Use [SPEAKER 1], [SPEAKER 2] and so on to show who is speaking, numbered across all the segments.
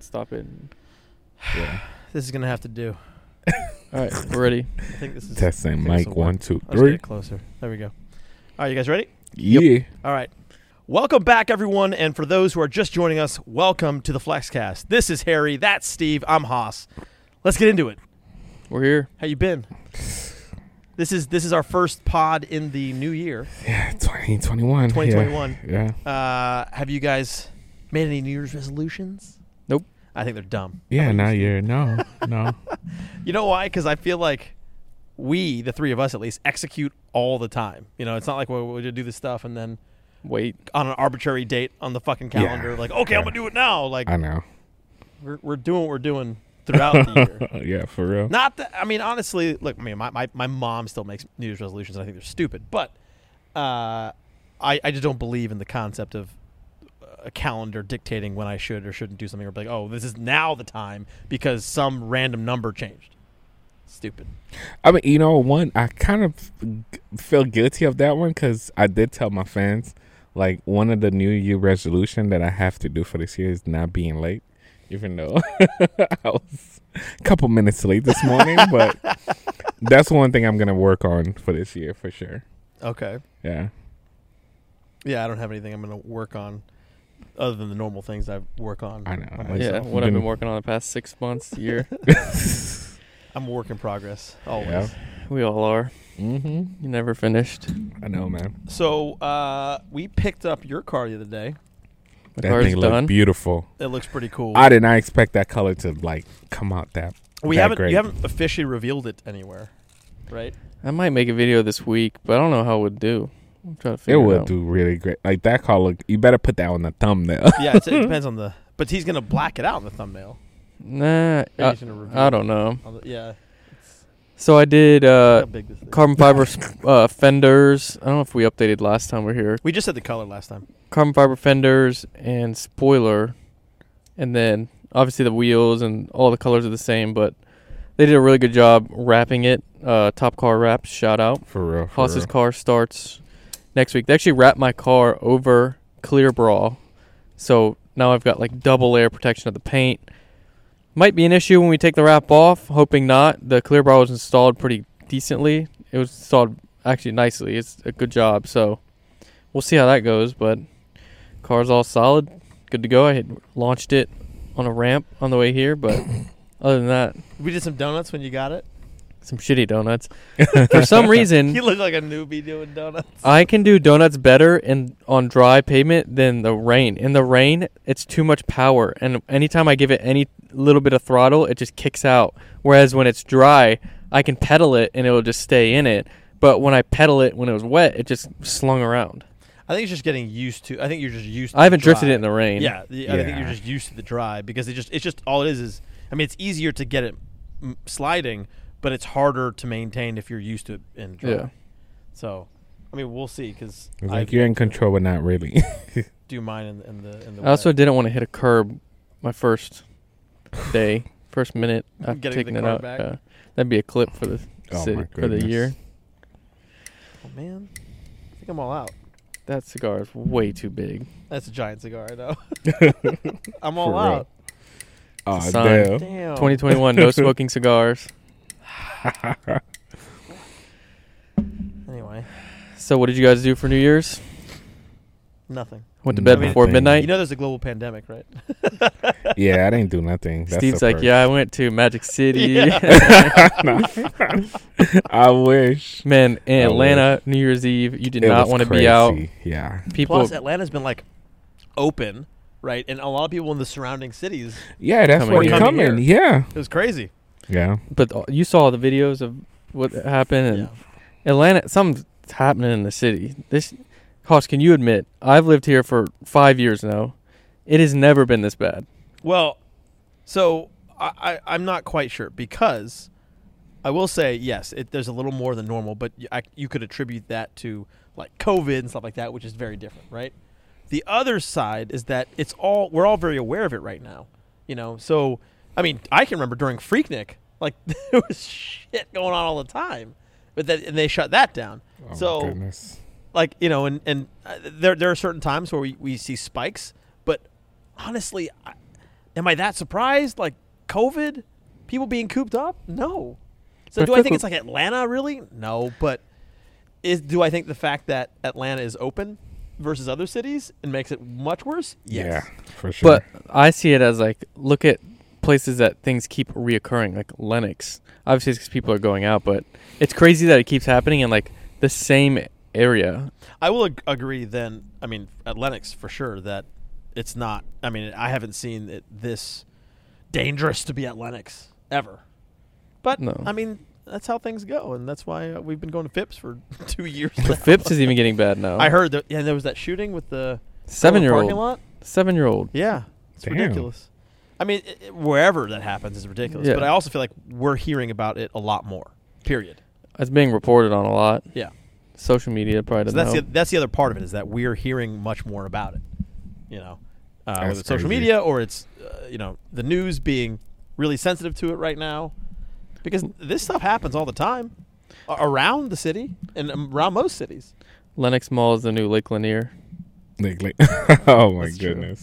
[SPEAKER 1] Stop it.
[SPEAKER 2] Yeah.
[SPEAKER 3] This is gonna have to do.
[SPEAKER 1] All right, we're ready.
[SPEAKER 3] I think this is.
[SPEAKER 2] Testing
[SPEAKER 3] I think this
[SPEAKER 2] mic
[SPEAKER 3] will
[SPEAKER 2] one two
[SPEAKER 3] Let's get
[SPEAKER 2] three.
[SPEAKER 3] it closer. There we go. All right, you guys ready?
[SPEAKER 2] Yeah.
[SPEAKER 3] All right. Welcome back, everyone, and for those who are just joining us, welcome to the Flexcast. This is Harry. That's Steve. I'm Haas. Let's get into it.
[SPEAKER 1] We're here.
[SPEAKER 3] How you been? This is this is our first pod in the new year,
[SPEAKER 2] Yeah. Twenty twenty one.
[SPEAKER 3] 2021.
[SPEAKER 2] Yeah.
[SPEAKER 3] Uh, have you guys made any New Year's resolutions?
[SPEAKER 1] Nope.
[SPEAKER 3] I think they're dumb.
[SPEAKER 2] Yeah. Now you're no no.
[SPEAKER 3] You know why? Because I feel like we, the three of us at least, execute all the time. You know, it's not like we we do this stuff and then
[SPEAKER 1] Wait.
[SPEAKER 3] on an arbitrary date on the fucking
[SPEAKER 2] Yeah.
[SPEAKER 3] calendar, like, okay, I'm
[SPEAKER 2] Yeah.
[SPEAKER 3] gonna do it now. Like,
[SPEAKER 2] I know.
[SPEAKER 3] we're, we're doing what we're doing throughout the year.
[SPEAKER 2] Uh, yeah. For real.
[SPEAKER 3] Not that I mean, honestly, look, I mean, my, my, my mom still makes New Year's resolutions, and I think they're stupid. But uh, I I just don't believe in the concept of a calendar dictating when I should or shouldn't do something, or be like, oh, this is now the time because some random number changed. Stupid.
[SPEAKER 2] I mean, you know, one I kind of g- feel guilty of that one because I did tell my fans like one of the New Year resolution that I have to do for this year is not being late, even though I was a couple minutes late this morning. but that's one thing I'm gonna work on for this year for sure.
[SPEAKER 3] Okay.
[SPEAKER 2] Yeah.
[SPEAKER 3] Yeah, I don't have anything I'm going to work on other than the normal things I work on.
[SPEAKER 2] I know. Yeah.
[SPEAKER 3] by myself.
[SPEAKER 1] yeah,
[SPEAKER 2] myself.
[SPEAKER 1] what I've been
[SPEAKER 2] Been-
[SPEAKER 1] working on the past six months, year.
[SPEAKER 3] I'm a work in progress always.
[SPEAKER 2] Yeah.
[SPEAKER 1] we all are.
[SPEAKER 2] Mm-hmm.
[SPEAKER 1] You never finished.
[SPEAKER 2] I know, man.
[SPEAKER 3] So uh, we picked up your car the other day.
[SPEAKER 1] My
[SPEAKER 2] that
[SPEAKER 1] car's
[SPEAKER 2] thing
[SPEAKER 1] done.
[SPEAKER 2] looked beautiful.
[SPEAKER 3] It looks pretty cool.
[SPEAKER 2] I did not expect that color to like come out that.
[SPEAKER 3] we
[SPEAKER 2] that
[SPEAKER 3] haven't
[SPEAKER 2] great.
[SPEAKER 3] you haven't officially revealed it anywhere, right?
[SPEAKER 1] I might make a video this week, but I don't know how it would do. I'm trying to
[SPEAKER 2] It
[SPEAKER 1] figure it,
[SPEAKER 2] would
[SPEAKER 1] out.
[SPEAKER 2] do really great. Like that color, you better put that on the thumbnail.
[SPEAKER 3] Yeah, it's, it depends on the. But he's gonna black it out in the thumbnail.
[SPEAKER 1] Nah,
[SPEAKER 3] Or
[SPEAKER 1] I,
[SPEAKER 3] he's gonna reveal
[SPEAKER 1] Uh, I don't know.
[SPEAKER 3] it on the- yeah. It's,
[SPEAKER 1] So I did
[SPEAKER 3] how
[SPEAKER 1] uh,
[SPEAKER 3] big this thing is.
[SPEAKER 1] carbon fiber uh, fenders. I don't know if we updated last time we were here.
[SPEAKER 3] we just said the color last time.
[SPEAKER 1] carbon fiber fenders and spoiler and then obviously the wheels and all the colors are the same but they did a really good job wrapping it uh, top car wraps shout out
[SPEAKER 2] For real. For
[SPEAKER 1] Haas's
[SPEAKER 2] real.
[SPEAKER 1] car starts next week they actually wrapped my car over clear bra so now i've got like double layer protection of the paint might be an issue when we take the wrap off hoping not the clear bra was installed pretty decently it was installed actually nicely it's a good job so we'll see how that goes but car's all solid good to go i had launched it on a ramp on the way here but other than that
[SPEAKER 3] We did some donuts when you got it.
[SPEAKER 1] some shitty donuts for some reason
[SPEAKER 3] You look like a newbie doing donuts.
[SPEAKER 1] I can do donuts better in on dry pavement than the rain. In the rain, it's too much power, and anytime I give it any little bit of throttle, it just kicks out. Whereas when it's dry, I can pedal it and it'll just stay in it. But when I pedal it when it was wet, it just slung around.
[SPEAKER 3] I think it's just getting used to. I think you're just used. to
[SPEAKER 1] I haven't
[SPEAKER 3] the
[SPEAKER 1] drifted it
[SPEAKER 3] dry.
[SPEAKER 1] in the rain.
[SPEAKER 3] Yeah, the, I think you're
[SPEAKER 2] Yeah.
[SPEAKER 3] just used to the dry because it just it's just all it is is. I mean, it's easier to get it mm, sliding, but it's harder to maintain if you're used to it in dry.
[SPEAKER 1] Yeah.
[SPEAKER 3] So, I mean, we'll see because
[SPEAKER 2] It's like you're in control, but not really.
[SPEAKER 3] do mine in, in the in the.
[SPEAKER 1] I also
[SPEAKER 3] wet.
[SPEAKER 1] didn't want to hit a curb my first day, first minute after
[SPEAKER 3] Getting the
[SPEAKER 1] taking it
[SPEAKER 3] car
[SPEAKER 1] out.
[SPEAKER 3] back.
[SPEAKER 1] Yeah. that'd be a clip for the
[SPEAKER 2] Oh my
[SPEAKER 1] city for the
[SPEAKER 2] goodness.
[SPEAKER 1] year.
[SPEAKER 3] Oh, man, I think I'm all out.
[SPEAKER 1] That cigar is way too big.
[SPEAKER 3] That's a giant cigar. I know. I'm all
[SPEAKER 2] For real.
[SPEAKER 3] out.
[SPEAKER 2] oh,
[SPEAKER 1] sign.
[SPEAKER 2] damn.
[SPEAKER 3] Damn.
[SPEAKER 1] 2021, no smoking cigars.
[SPEAKER 3] Anyway,
[SPEAKER 1] So, what did you guys do for New Year's?
[SPEAKER 3] nothing.
[SPEAKER 1] Went to bed
[SPEAKER 3] Nothing.
[SPEAKER 1] before midnight.
[SPEAKER 3] You know, there's a global pandemic, right?
[SPEAKER 2] Yeah, I didn't do nothing. That's
[SPEAKER 1] Steve's
[SPEAKER 2] a
[SPEAKER 1] like,
[SPEAKER 2] first.
[SPEAKER 1] yeah, I went to Magic City.
[SPEAKER 2] I wish.
[SPEAKER 1] Man, in
[SPEAKER 2] I would.
[SPEAKER 1] Atlanta, New Year's Eve, you did
[SPEAKER 2] It
[SPEAKER 1] not
[SPEAKER 2] was
[SPEAKER 1] want to be out.
[SPEAKER 2] crazy. Yeah.
[SPEAKER 1] People,
[SPEAKER 3] Plus, Atlanta's been like open, right? And a lot of people in the surrounding cities.
[SPEAKER 2] Yeah, that's
[SPEAKER 1] Coming
[SPEAKER 2] why
[SPEAKER 1] here.
[SPEAKER 2] you're
[SPEAKER 3] Coming
[SPEAKER 2] coming. Yeah.
[SPEAKER 3] It was crazy.
[SPEAKER 2] Yeah.
[SPEAKER 1] but uh, you saw the videos of what happened. And Atlanta, something's happening in the city. This, Hoss, can you admit? I've lived here for five years now. It has never been this bad.
[SPEAKER 3] Well, so I, I, I'm not quite sure because I will say yes, it, there's a little more than normal, but y I you could attribute that to like COVID and stuff like that, which is very different, right? The other side is that it's all we're all very aware of it right now, you know. So I mean, I can remember during Freaknik, like there was shit going on all the time, but that and they shut that down.
[SPEAKER 2] Oh, my
[SPEAKER 3] so
[SPEAKER 2] goodness.
[SPEAKER 3] like you know, and and uh, there there are certain times where we we see spikes, but honestly, I, Am I that surprised? Like COVID, people being cooped up? No. So
[SPEAKER 1] But
[SPEAKER 3] do I
[SPEAKER 1] look
[SPEAKER 3] think
[SPEAKER 1] what-
[SPEAKER 3] it's like Atlanta really? No, but is do I think the fact that Atlanta is open versus other cities and makes it much worse?
[SPEAKER 2] Yeah,
[SPEAKER 3] Yes.
[SPEAKER 2] for sure.
[SPEAKER 1] But I see it as like look at places that things keep reoccurring, like Lennox. Obviously, it's 'cause people are going out, but it's crazy that it keeps happening in like the same area.
[SPEAKER 3] I will ag- agree then. I mean, at Lennox for sure that it's not. I mean, I haven't seen it this dangerous to be at Lennox ever. But
[SPEAKER 1] No.
[SPEAKER 3] I mean, that's how things go, and that's why uh, we've been going to Phipps for two years. now.
[SPEAKER 1] The Phipps is even getting bad now.
[SPEAKER 3] I heard that. Yeah, there was that shooting with the girl in the parking
[SPEAKER 1] seven-year-old,
[SPEAKER 3] lot.
[SPEAKER 1] seven-year-old.
[SPEAKER 3] Yeah, it's
[SPEAKER 2] Damn.
[SPEAKER 3] ridiculous. I mean, i i- wherever that happens is ridiculous.
[SPEAKER 1] Yeah.
[SPEAKER 3] But I also feel like we're hearing about it a lot more. Period.
[SPEAKER 1] It's being reported on a lot.
[SPEAKER 3] Yeah.
[SPEAKER 1] Social media probably doesn't
[SPEAKER 3] So that's the,
[SPEAKER 1] help.
[SPEAKER 3] that's the other part of it is that we're hearing much more about it, you know, uh, whether
[SPEAKER 2] That's
[SPEAKER 3] it's social
[SPEAKER 2] crazy.
[SPEAKER 3] media or it's uh, you know the news being really sensitive to it right now, because this stuff happens all the time a- around the city and um, around most cities.
[SPEAKER 1] Lennox Mall is the new Lake Lanier.
[SPEAKER 2] like, like, oh
[SPEAKER 1] That's true.
[SPEAKER 2] my
[SPEAKER 1] It's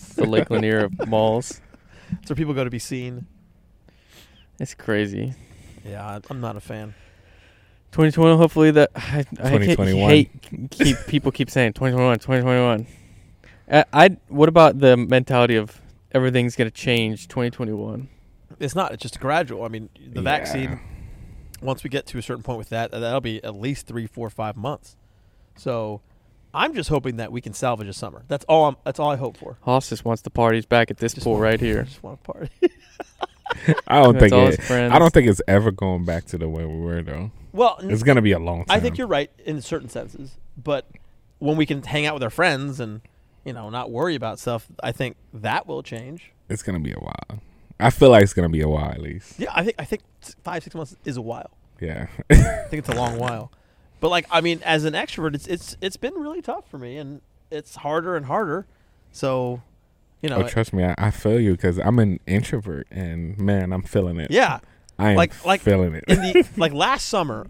[SPEAKER 2] goodness.
[SPEAKER 1] the Lake Lanier of malls.
[SPEAKER 3] It's where people go to be seen.
[SPEAKER 1] It's crazy.
[SPEAKER 3] Yeah, I- I'm not a fan.
[SPEAKER 1] 2020, hopefully that I, I hate-
[SPEAKER 2] 2021.
[SPEAKER 1] hate keep people keep saying 2021, 2021. I, Uh, I what about the mentality of everything's gonna change 2021?
[SPEAKER 3] It's not. It's just gradual. I mean,
[SPEAKER 2] Yeah.
[SPEAKER 3] the vaccine. Once we get to a certain point with that, uh, that'll be at least three, four, five months. So, I'm just hoping that we can salvage a summer. That's all. I'm, that's all I hope for.
[SPEAKER 1] Haas just wants the parties back at this
[SPEAKER 3] Just
[SPEAKER 1] pool
[SPEAKER 3] want-
[SPEAKER 1] right
[SPEAKER 3] I
[SPEAKER 1] here.
[SPEAKER 3] just want to party.
[SPEAKER 2] I don't
[SPEAKER 1] It's
[SPEAKER 2] think
[SPEAKER 1] all
[SPEAKER 2] it,
[SPEAKER 1] his friends.
[SPEAKER 2] I don't think it's ever going back to the way we were though.
[SPEAKER 3] Well, n-
[SPEAKER 2] It's gonna be a long time.
[SPEAKER 3] Mm. I think you're right in certain senses, but when we can hang out with our friends and you know not worry about stuff, I think that will change.
[SPEAKER 2] It's gonna be a while. I feel like it's gonna be a while at least.
[SPEAKER 3] Yeah, I think I think s- five six months is a while.
[SPEAKER 2] Yeah.
[SPEAKER 3] I think it's a long while, but like I mean, as an extrovert, it's it's it's been really tough for me, and it's harder and harder. So, you know,
[SPEAKER 2] oh, trust me, I, I feel you because I'm an introvert and man, I'm feeling it.
[SPEAKER 3] yeah,
[SPEAKER 2] I am
[SPEAKER 3] like- like-
[SPEAKER 2] feeling it.
[SPEAKER 3] in the like last summer,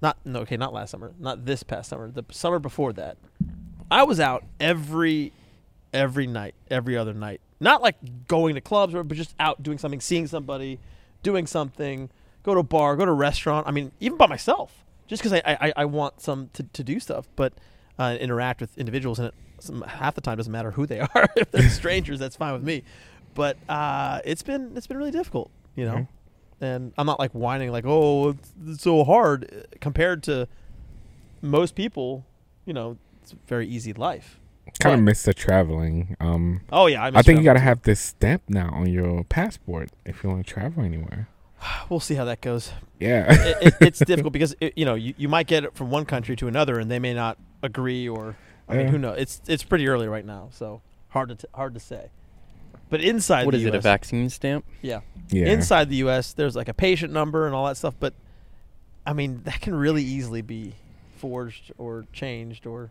[SPEAKER 3] not no, okay, not last summer, not this past summer, the summer before that, I was out every every night, every other night. Not like going to clubs, or- but just out doing something, seeing somebody, doing something, go to a bar, go to a restaurant. I mean, even by myself, just because I, I I want some to, to do stuff, but uh, interact with individuals, and it some, half the time doesn't matter who they are. if they're strangers, that's fine with me. But uh, it's been it's been really difficult, you know.
[SPEAKER 2] Mhm.
[SPEAKER 3] And I'm not like whining like, oh, it's, it's so hard uh, compared to most people. You know, it's a very easy life.
[SPEAKER 2] kind
[SPEAKER 3] But-
[SPEAKER 2] of miss the traveling. Um,
[SPEAKER 3] Oh yeah, I,
[SPEAKER 2] I
[SPEAKER 3] miss
[SPEAKER 2] think you
[SPEAKER 3] travel.
[SPEAKER 2] gotta have this stamp now on your passport if you want to travel anywhere.
[SPEAKER 3] We'll see how that goes.
[SPEAKER 2] Yeah.
[SPEAKER 3] It, it, it's difficult because it, you know you, you might get it from one country to another, and they may not agree or I mean
[SPEAKER 2] Yeah.
[SPEAKER 3] who knows? It's it's pretty early right now, so hard to t- hard to say. But inside
[SPEAKER 1] What
[SPEAKER 3] the
[SPEAKER 1] is it?
[SPEAKER 3] US,
[SPEAKER 1] A vaccine stamp?
[SPEAKER 3] Yeah,
[SPEAKER 2] yeah.
[SPEAKER 3] inside the U.S., there's like a patient number and all that stuff. But I mean, that can really easily be forged or changed, or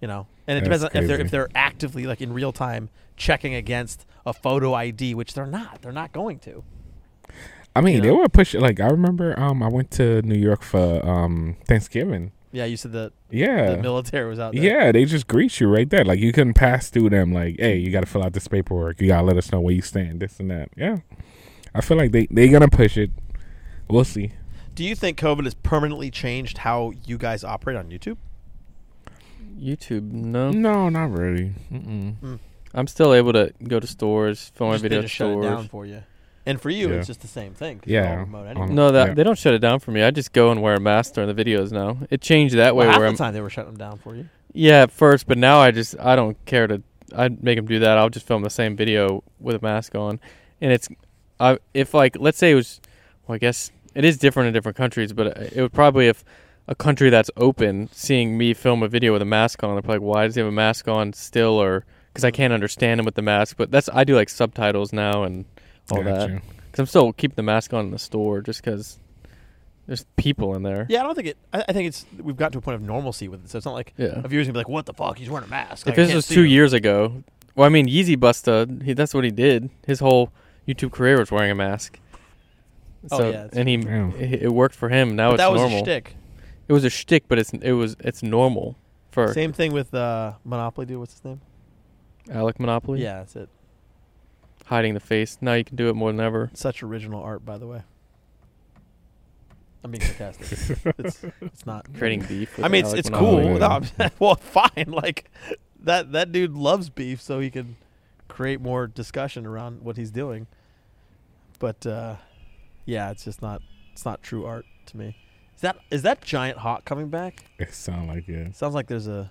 [SPEAKER 3] you know, and it
[SPEAKER 2] That's
[SPEAKER 3] depends on if they're
[SPEAKER 2] crazy.
[SPEAKER 3] if they're actively like in real time checking against a photo ID, which they're not. They're not going to.
[SPEAKER 2] I mean,
[SPEAKER 3] you
[SPEAKER 2] they
[SPEAKER 3] know?
[SPEAKER 2] were pushing. Like I remember, um, I went to New York for um Thanksgiving.
[SPEAKER 3] Yeah, you said the,
[SPEAKER 2] Yeah.
[SPEAKER 3] the military was out there.
[SPEAKER 2] Yeah, they just greet you right there. Like you couldn't pass through them. Like, hey, you got to fill out this paperwork. You got to let us know where you stand. This and that. Yeah, I feel like they they gonna push it. We'll see.
[SPEAKER 3] Do you think COVID has permanently changed how you guys operate on YouTube?
[SPEAKER 1] YouTube? No,
[SPEAKER 3] Mm.
[SPEAKER 2] No, not really. Mm-mm.
[SPEAKER 1] I'm still able to go to stores, film my
[SPEAKER 3] Just- they
[SPEAKER 1] video
[SPEAKER 3] just shut it down
[SPEAKER 1] stores.
[SPEAKER 3] for you. And for you,
[SPEAKER 2] Yeah.
[SPEAKER 3] it's just the same thing. 'cause you're
[SPEAKER 2] Yeah.
[SPEAKER 3] all remote anyway.
[SPEAKER 2] Um,
[SPEAKER 1] No, that
[SPEAKER 2] Yeah.
[SPEAKER 1] they don't shut it down for me. I just go and wear a mask during the videos now. It changed that way
[SPEAKER 3] Well, half
[SPEAKER 1] where
[SPEAKER 3] the
[SPEAKER 1] I'm
[SPEAKER 3] time they were shutting them down for you.
[SPEAKER 1] Yeah, at first, but now I just I don't care to I make them do that. I'll just film the same video with a mask on, and it's I if like let's say it was well I guess it is different in different countries, but uh, it would probably if a country that's open seeing me film a video with a mask on, they're probably like, why does he have a mask on still or because I can't understand him with the mask. But that's I do like subtitles now and all that
[SPEAKER 2] Gotcha.
[SPEAKER 1] because I'm still keeping the mask on in the store just because there's people in there.
[SPEAKER 3] Yeah, I don't think it. I, I think it's we've gotten to a point of normalcy with it, so it's not like
[SPEAKER 1] Yeah.
[SPEAKER 3] a viewer's gonna be like, "What the fuck? He's wearing a
[SPEAKER 1] If
[SPEAKER 3] mask." Like, I
[SPEAKER 1] this
[SPEAKER 3] can't
[SPEAKER 1] was
[SPEAKER 3] see
[SPEAKER 1] two
[SPEAKER 3] him."
[SPEAKER 1] years ago, well, I mean, Yeezy Busta, he, that's what he did. His whole YouTube career was wearing a mask.
[SPEAKER 3] Oh,
[SPEAKER 1] So,
[SPEAKER 3] yeah, that's
[SPEAKER 1] and he
[SPEAKER 2] true.
[SPEAKER 1] it, it worked for him. Now
[SPEAKER 3] but
[SPEAKER 1] it's
[SPEAKER 3] that was
[SPEAKER 1] normal.
[SPEAKER 3] a shtick.
[SPEAKER 1] It was a shtick, but it's it was it's normal for
[SPEAKER 3] Same thing with uh, Monopoly dude. What's his name?
[SPEAKER 1] Alec Monopoly.
[SPEAKER 3] Yeah, that's it.
[SPEAKER 1] hiding the face. Now you can do it more than ever.
[SPEAKER 3] Such original art, by the way. I'm being sarcastic. it's, it's not.
[SPEAKER 1] Creating beef. with
[SPEAKER 3] I mean, it's,
[SPEAKER 1] Alec
[SPEAKER 3] it's
[SPEAKER 1] Manoa.
[SPEAKER 3] cool.
[SPEAKER 2] Manoa.
[SPEAKER 3] No, I'm- well, fine. Like that that dude loves beef, so he can create more discussion around what he's doing. But uh, yeah, it's just not it's not true art to me. Is that is that giant hawk coming back?
[SPEAKER 2] It sound like it.
[SPEAKER 3] Sounds like there's a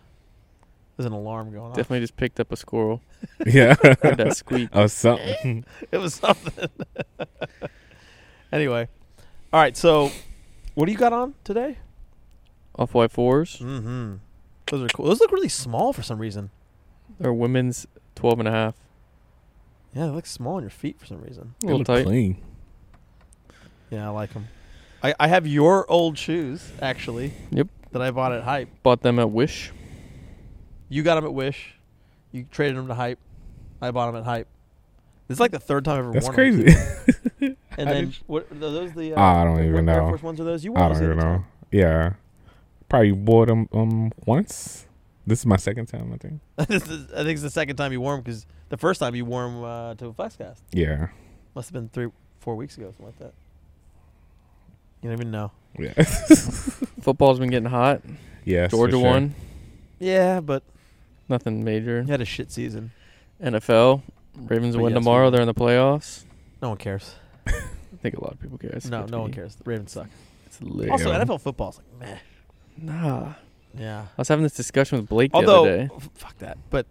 [SPEAKER 3] there's an alarm going off.
[SPEAKER 1] Definitely just picked up a squirrel.
[SPEAKER 2] Yeah.
[SPEAKER 1] Heard that squeak.
[SPEAKER 2] or something.
[SPEAKER 3] It was something. anyway, all right. So, what do you got on today?
[SPEAKER 1] Off white fours.
[SPEAKER 3] Mm-hmm. Those are cool. Those look really small for some reason.
[SPEAKER 1] Or women's 12 and a half.
[SPEAKER 3] Yeah, they look small on your feet for some reason.
[SPEAKER 2] They
[SPEAKER 1] Little
[SPEAKER 2] look
[SPEAKER 1] tight.
[SPEAKER 2] clean.
[SPEAKER 3] Yeah, I like them. I, I have your old shoes actually.
[SPEAKER 1] Yep.
[SPEAKER 3] That I bought at Hype.
[SPEAKER 1] Bought them at Wish.
[SPEAKER 3] You got them at Wish. You traded them to Hype. I bought them at Hype. This is like the third time I've ever
[SPEAKER 2] That's
[SPEAKER 3] worn
[SPEAKER 2] crazy.
[SPEAKER 3] them. And
[SPEAKER 2] How
[SPEAKER 3] then
[SPEAKER 2] did you-
[SPEAKER 3] what are those the? Uh,
[SPEAKER 2] I don't even
[SPEAKER 3] what Air
[SPEAKER 2] know.
[SPEAKER 3] Force ones are those? You wore
[SPEAKER 2] I
[SPEAKER 3] those
[SPEAKER 2] don't
[SPEAKER 3] the
[SPEAKER 2] even
[SPEAKER 3] other
[SPEAKER 2] know.
[SPEAKER 3] time.
[SPEAKER 2] Yeah. Probably wore them um once. This is my second time, I think.
[SPEAKER 3] This is- I think it's the second time you wore them because the first time you wore them uh, to a Flexcast.
[SPEAKER 2] Yeah.
[SPEAKER 3] Must have been three, four weeks ago, something like that. You don't even know.
[SPEAKER 2] Yeah.
[SPEAKER 1] Football's been getting hot.
[SPEAKER 2] yes. for
[SPEAKER 1] Georgia
[SPEAKER 2] sure.
[SPEAKER 1] won.
[SPEAKER 3] Yeah, but
[SPEAKER 1] Nothing major.
[SPEAKER 3] you had a shit season.
[SPEAKER 1] NFL. Ravens
[SPEAKER 3] But
[SPEAKER 1] win
[SPEAKER 3] yes, we
[SPEAKER 1] tomorrow.
[SPEAKER 3] won.
[SPEAKER 1] They're in the playoffs.
[SPEAKER 3] No one cares.
[SPEAKER 1] I think a lot of people care. It's
[SPEAKER 3] no,
[SPEAKER 1] good
[SPEAKER 3] no
[SPEAKER 1] to
[SPEAKER 3] one
[SPEAKER 1] be-
[SPEAKER 3] cares. The Ravens suck.
[SPEAKER 1] It's lit.
[SPEAKER 3] Also,
[SPEAKER 2] Yeah.
[SPEAKER 3] NFL football's like meh.
[SPEAKER 1] nah.
[SPEAKER 3] Yeah.
[SPEAKER 1] I was having this discussion with Blake the
[SPEAKER 3] Although,
[SPEAKER 1] other day.
[SPEAKER 3] f- fuck that. But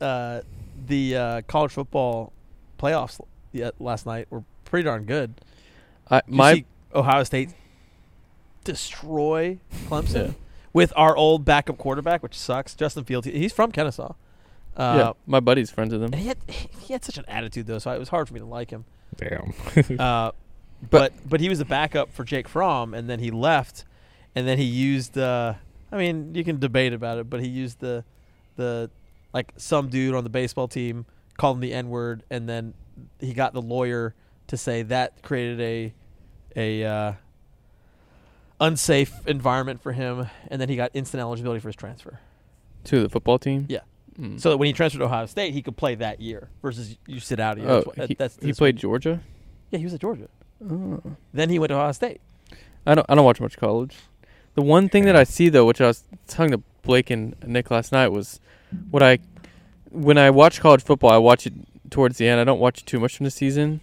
[SPEAKER 3] uh, the uh, college football playoffs l- yeah, last night were pretty darn good.
[SPEAKER 1] I,
[SPEAKER 3] Did you
[SPEAKER 1] my
[SPEAKER 3] see Ohio State destroy Clemson
[SPEAKER 1] Yeah.
[SPEAKER 3] with our old backup quarterback, which sucks. Justin Fields. he- He's from Kennesaw. Uh,
[SPEAKER 1] yeah, my buddy's friends with
[SPEAKER 3] And
[SPEAKER 1] him.
[SPEAKER 3] he had he had such an attitude though, so it was hard for me to like him.
[SPEAKER 2] Damn.
[SPEAKER 3] Uh, but but he was a backup for Jake Fromm, and then he left, and then he used. Uh, I mean, you can debate about it, but he used the the like some dude on the baseball team called him the N word, and then he got the lawyer to say that created a a uh, unsafe environment for him, and then he got instant eligibility for his transfer.
[SPEAKER 1] To the football team.
[SPEAKER 3] Yeah.
[SPEAKER 1] Mm.
[SPEAKER 3] So that when he transferred to Ohio State, he could play that year versus you sit out a year.
[SPEAKER 1] oh,
[SPEAKER 3] That's what-
[SPEAKER 1] he,
[SPEAKER 3] that's-
[SPEAKER 1] he
[SPEAKER 3] that's-
[SPEAKER 1] played Georgia.
[SPEAKER 3] Yeah, he was at Georgia.
[SPEAKER 1] Oh.
[SPEAKER 3] Then he went to Ohio State.
[SPEAKER 1] I don't. I don't watch much college. The one thing that I see though, which I was talking to Blake and Nick last night, was what I when I watch college football, I watch it towards the end. I don't watch it too much from the season,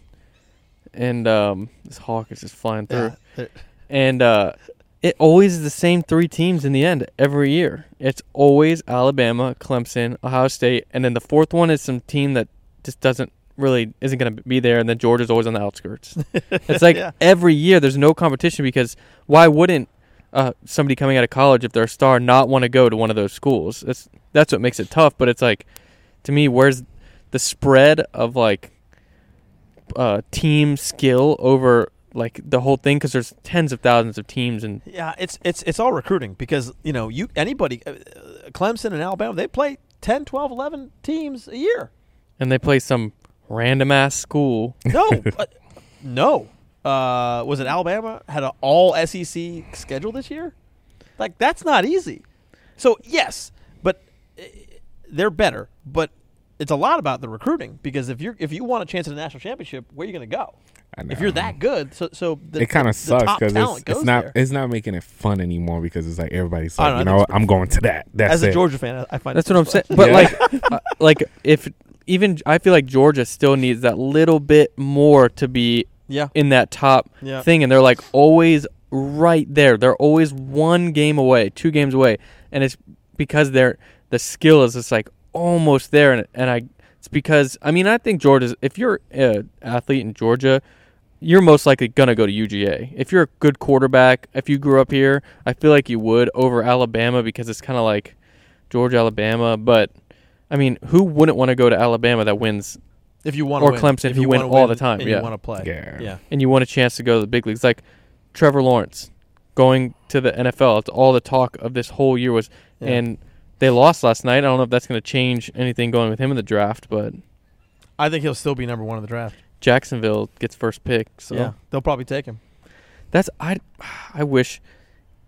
[SPEAKER 1] and um, this hawk is just flying through.
[SPEAKER 3] Yeah.
[SPEAKER 1] and uh, it always is the same three teams in the end every year. It's always Alabama, Clemson, Ohio State, and then the fourth one is some team that just doesn't really isn't going to be there, and then Georgia's always on the outskirts. it's like
[SPEAKER 3] Yeah.
[SPEAKER 1] every year there's no competition because why wouldn't uh, somebody coming out of college if they're a star not want to go to one of those schools? That's that's what makes it tough. But it's like to me, where's the spread of like uh, team skill over like the whole thing because there's tens of thousands of teams and
[SPEAKER 3] Yeah, it's it's it's all recruiting because you know you anybody, uh, Clemson and Alabama they play 10, 12, 11 teams a year.
[SPEAKER 1] and they play some random ass school.
[SPEAKER 3] No, but- no. Uh, was it Alabama had an all SEC schedule this year? Like that's not easy. So yes, but uh, they're better. But it's a lot about the recruiting because if you're if you want a chance at a national championship, where are you going to go?
[SPEAKER 2] I
[SPEAKER 3] If you're
[SPEAKER 2] know.
[SPEAKER 3] that good, so so the,
[SPEAKER 2] it kind
[SPEAKER 3] the-
[SPEAKER 2] of sucks
[SPEAKER 3] the top
[SPEAKER 2] because
[SPEAKER 3] talent
[SPEAKER 2] it's,
[SPEAKER 3] goes
[SPEAKER 2] it's not
[SPEAKER 3] there.
[SPEAKER 2] it's not making it fun anymore because it's like everybody's
[SPEAKER 3] I
[SPEAKER 2] like
[SPEAKER 3] don't
[SPEAKER 2] you
[SPEAKER 3] know, I
[SPEAKER 2] know
[SPEAKER 3] think
[SPEAKER 2] what? I'm going to that. That's
[SPEAKER 3] As a
[SPEAKER 2] it.
[SPEAKER 3] Georgia fan, I I find
[SPEAKER 1] That's
[SPEAKER 3] it
[SPEAKER 1] what I'm saying. But
[SPEAKER 2] Yeah.
[SPEAKER 1] like, uh, like if even I feel like Georgia still needs that little bit more to be
[SPEAKER 3] Yeah,
[SPEAKER 1] in that top
[SPEAKER 3] yeah.
[SPEAKER 1] thing, and they're like always right there. They're always one game away, two games away, and it's because they're the skill is just like almost there, and and I it's because I mean I think Georgia's if you're an athlete in Georgia. You're most likely gonna go to UGA if you're a good quarterback. If you grew up here, I feel like you would over Alabama because it's kind of like Georgia, Alabama. But I mean, who wouldn't want to go to Alabama that wins
[SPEAKER 3] If you want
[SPEAKER 1] Or Clemson, if you win all the time,
[SPEAKER 3] and
[SPEAKER 1] yeah.
[SPEAKER 3] you want to play,
[SPEAKER 2] Yeah.
[SPEAKER 3] yeah.
[SPEAKER 1] and you want a chance to go to the big leagues, like Trevor Lawrence going to the NFL. It's all the talk of this whole year was,
[SPEAKER 3] Yeah.
[SPEAKER 1] and they lost last night. I don't know if that's going to change anything going with him in the draft, but
[SPEAKER 3] I think he'll still be number one in the draft.
[SPEAKER 1] Jacksonville gets first pick, so
[SPEAKER 3] yeah, they'll probably take him.
[SPEAKER 1] that's I. I wish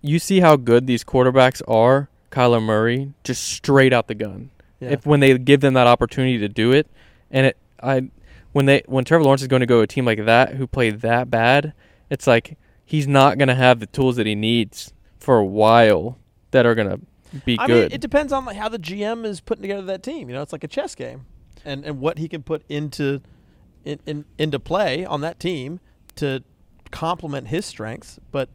[SPEAKER 1] you see how good these quarterbacks are. Kyler Murray just straight out the gun.
[SPEAKER 3] Yeah.
[SPEAKER 1] If when they give them that opportunity to do it, and it I when they when Trevor Lawrence is going to go to a team like that who played that bad, it's like he's not going to have the tools that he needs for a while that are going to be
[SPEAKER 3] I
[SPEAKER 1] good.
[SPEAKER 3] mean, it depends on like how the GM is putting together that team. You know, it's like a chess game, and and what he can put into in, in into play on that team to complement his strengths. But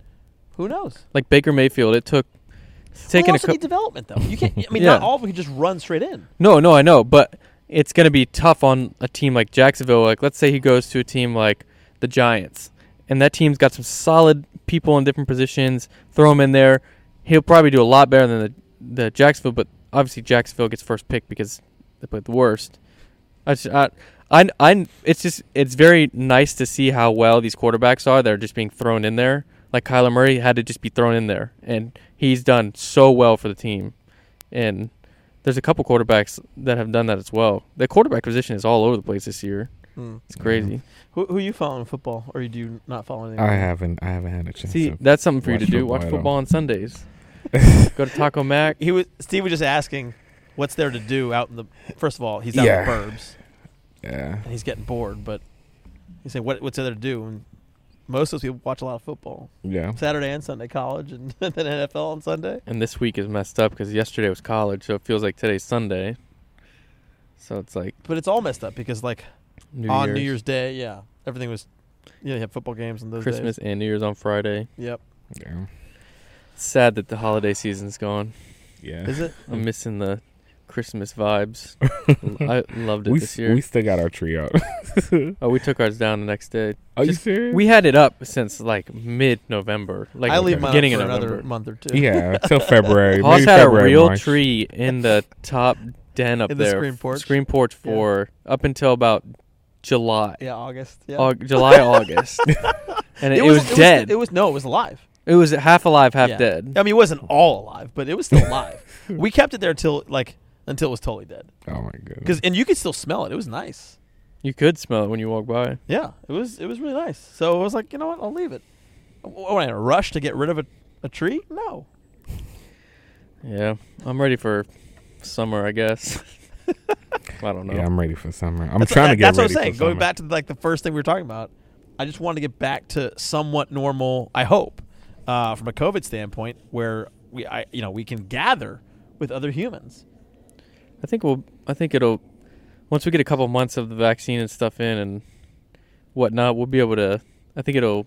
[SPEAKER 3] who knows?
[SPEAKER 1] like Baker Mayfield, it took it's
[SPEAKER 3] Well,
[SPEAKER 1] taken
[SPEAKER 3] they
[SPEAKER 1] a
[SPEAKER 3] also
[SPEAKER 1] couple.
[SPEAKER 3] need development though. You can't. I mean,
[SPEAKER 1] Yeah.
[SPEAKER 3] not all of them can just run straight in.
[SPEAKER 1] No, no, I know, but it's going to be tough on a team like Jacksonville. Like, let's say he goes to a team like the Giants, and that team's got some solid people in different positions. Throw him in there, he'll probably do a lot better than the the Jacksonville. But obviously, Jacksonville gets first pick because they played the worst. I, just, I, I, I, it's just it's very nice to see how well these quarterbacks are. They're just being thrown in there. Like Kyler Murray had to just be thrown in there, and he's done so well for the team. And there's a couple quarterbacks that have done that as well. The quarterback position is all over the place this year. It's
[SPEAKER 2] Yeah.
[SPEAKER 1] crazy.
[SPEAKER 3] Hmm. Who, who you following in football, or you do you not follow anything?
[SPEAKER 2] I haven't. I haven't had a chance.
[SPEAKER 1] See,
[SPEAKER 2] to-
[SPEAKER 1] that's something for you to
[SPEAKER 2] watch
[SPEAKER 1] do. Watch
[SPEAKER 2] football at
[SPEAKER 1] football
[SPEAKER 2] all.
[SPEAKER 1] on Sundays. Go to Taco Mac.
[SPEAKER 3] He was Steve was just asking, what's there to do out in the? First of all, he's out
[SPEAKER 2] Yeah.
[SPEAKER 3] in the burbs
[SPEAKER 2] yeah.
[SPEAKER 3] and he's getting bored. But he's saying, what what's there to do? And most of those people watch a lot of football.
[SPEAKER 2] Yeah.
[SPEAKER 3] Saturday and Sunday college, and, and then NFL on Sunday.
[SPEAKER 1] And this week is messed up because yesterday was college, so it feels like today's Sunday. So it's like
[SPEAKER 3] But it's all messed up because like
[SPEAKER 1] New
[SPEAKER 3] on
[SPEAKER 1] Year's,
[SPEAKER 3] New Year's Day, yeah, everything was. You know, you have football games on those days.
[SPEAKER 1] Christmas, and New Year's on Friday.
[SPEAKER 3] Yep.
[SPEAKER 2] Yeah.
[SPEAKER 1] Sad that the holiday season's gone.
[SPEAKER 2] Yeah.
[SPEAKER 3] Is it?
[SPEAKER 2] Mm.
[SPEAKER 1] I'm missing the Christmas vibes. I loved it
[SPEAKER 2] We,
[SPEAKER 1] this
[SPEAKER 2] s-
[SPEAKER 1] year.
[SPEAKER 2] we still got our tree out.
[SPEAKER 1] oh, we took ours down the next day.
[SPEAKER 2] Are
[SPEAKER 1] Just-
[SPEAKER 2] you serious?
[SPEAKER 1] We had it up since like mid-November. Like
[SPEAKER 3] I leave
[SPEAKER 2] okay.
[SPEAKER 3] mine up
[SPEAKER 1] beginning
[SPEAKER 3] for
[SPEAKER 1] of
[SPEAKER 3] another
[SPEAKER 1] November.
[SPEAKER 3] month or two.
[SPEAKER 2] yeah, till February.
[SPEAKER 1] Hoss
[SPEAKER 2] maybe
[SPEAKER 1] had a
[SPEAKER 2] February,
[SPEAKER 1] real
[SPEAKER 2] March.
[SPEAKER 1] tree in the top den up
[SPEAKER 3] In the
[SPEAKER 1] there,
[SPEAKER 3] screen porch?
[SPEAKER 1] screen porch
[SPEAKER 3] Yeah.
[SPEAKER 1] for up until about July,
[SPEAKER 3] Yeah, August. Yeah.
[SPEAKER 1] Aug- July, August, and it, it was, dead.
[SPEAKER 3] it was no, it was alive.
[SPEAKER 1] it, was, half alive, half
[SPEAKER 3] Yeah.
[SPEAKER 1] dead.
[SPEAKER 3] I mean, it wasn't all alive, but it was still alive. we kept it there till like until it was totally dead.
[SPEAKER 2] Oh my goodness.
[SPEAKER 3] Cause and you could still smell it. It was nice.
[SPEAKER 1] You could smell it when you walk by.
[SPEAKER 3] Yeah, it was it was really nice. So I was like, you know what? I'll leave it. W- Am I in a rush to get rid of a, a tree? No.
[SPEAKER 1] Yeah, I'm ready for summer, I guess. I don't know.
[SPEAKER 2] Yeah, I'm ready for summer. I'm
[SPEAKER 3] That's-
[SPEAKER 2] trying to
[SPEAKER 3] that-
[SPEAKER 2] get
[SPEAKER 3] That's
[SPEAKER 2] ready
[SPEAKER 3] what I'm saying.
[SPEAKER 2] for
[SPEAKER 3] Going
[SPEAKER 2] summer.
[SPEAKER 3] back to like the first thing we were talking about, I just wanted to get back to somewhat normal. I hope, uh, from a COVID standpoint, where we, I, you know, we can gather with other humans.
[SPEAKER 1] I think we'll. I think it'll. Once we get a couple months of the vaccine and stuff in and whatnot, we'll be able to. I think it'll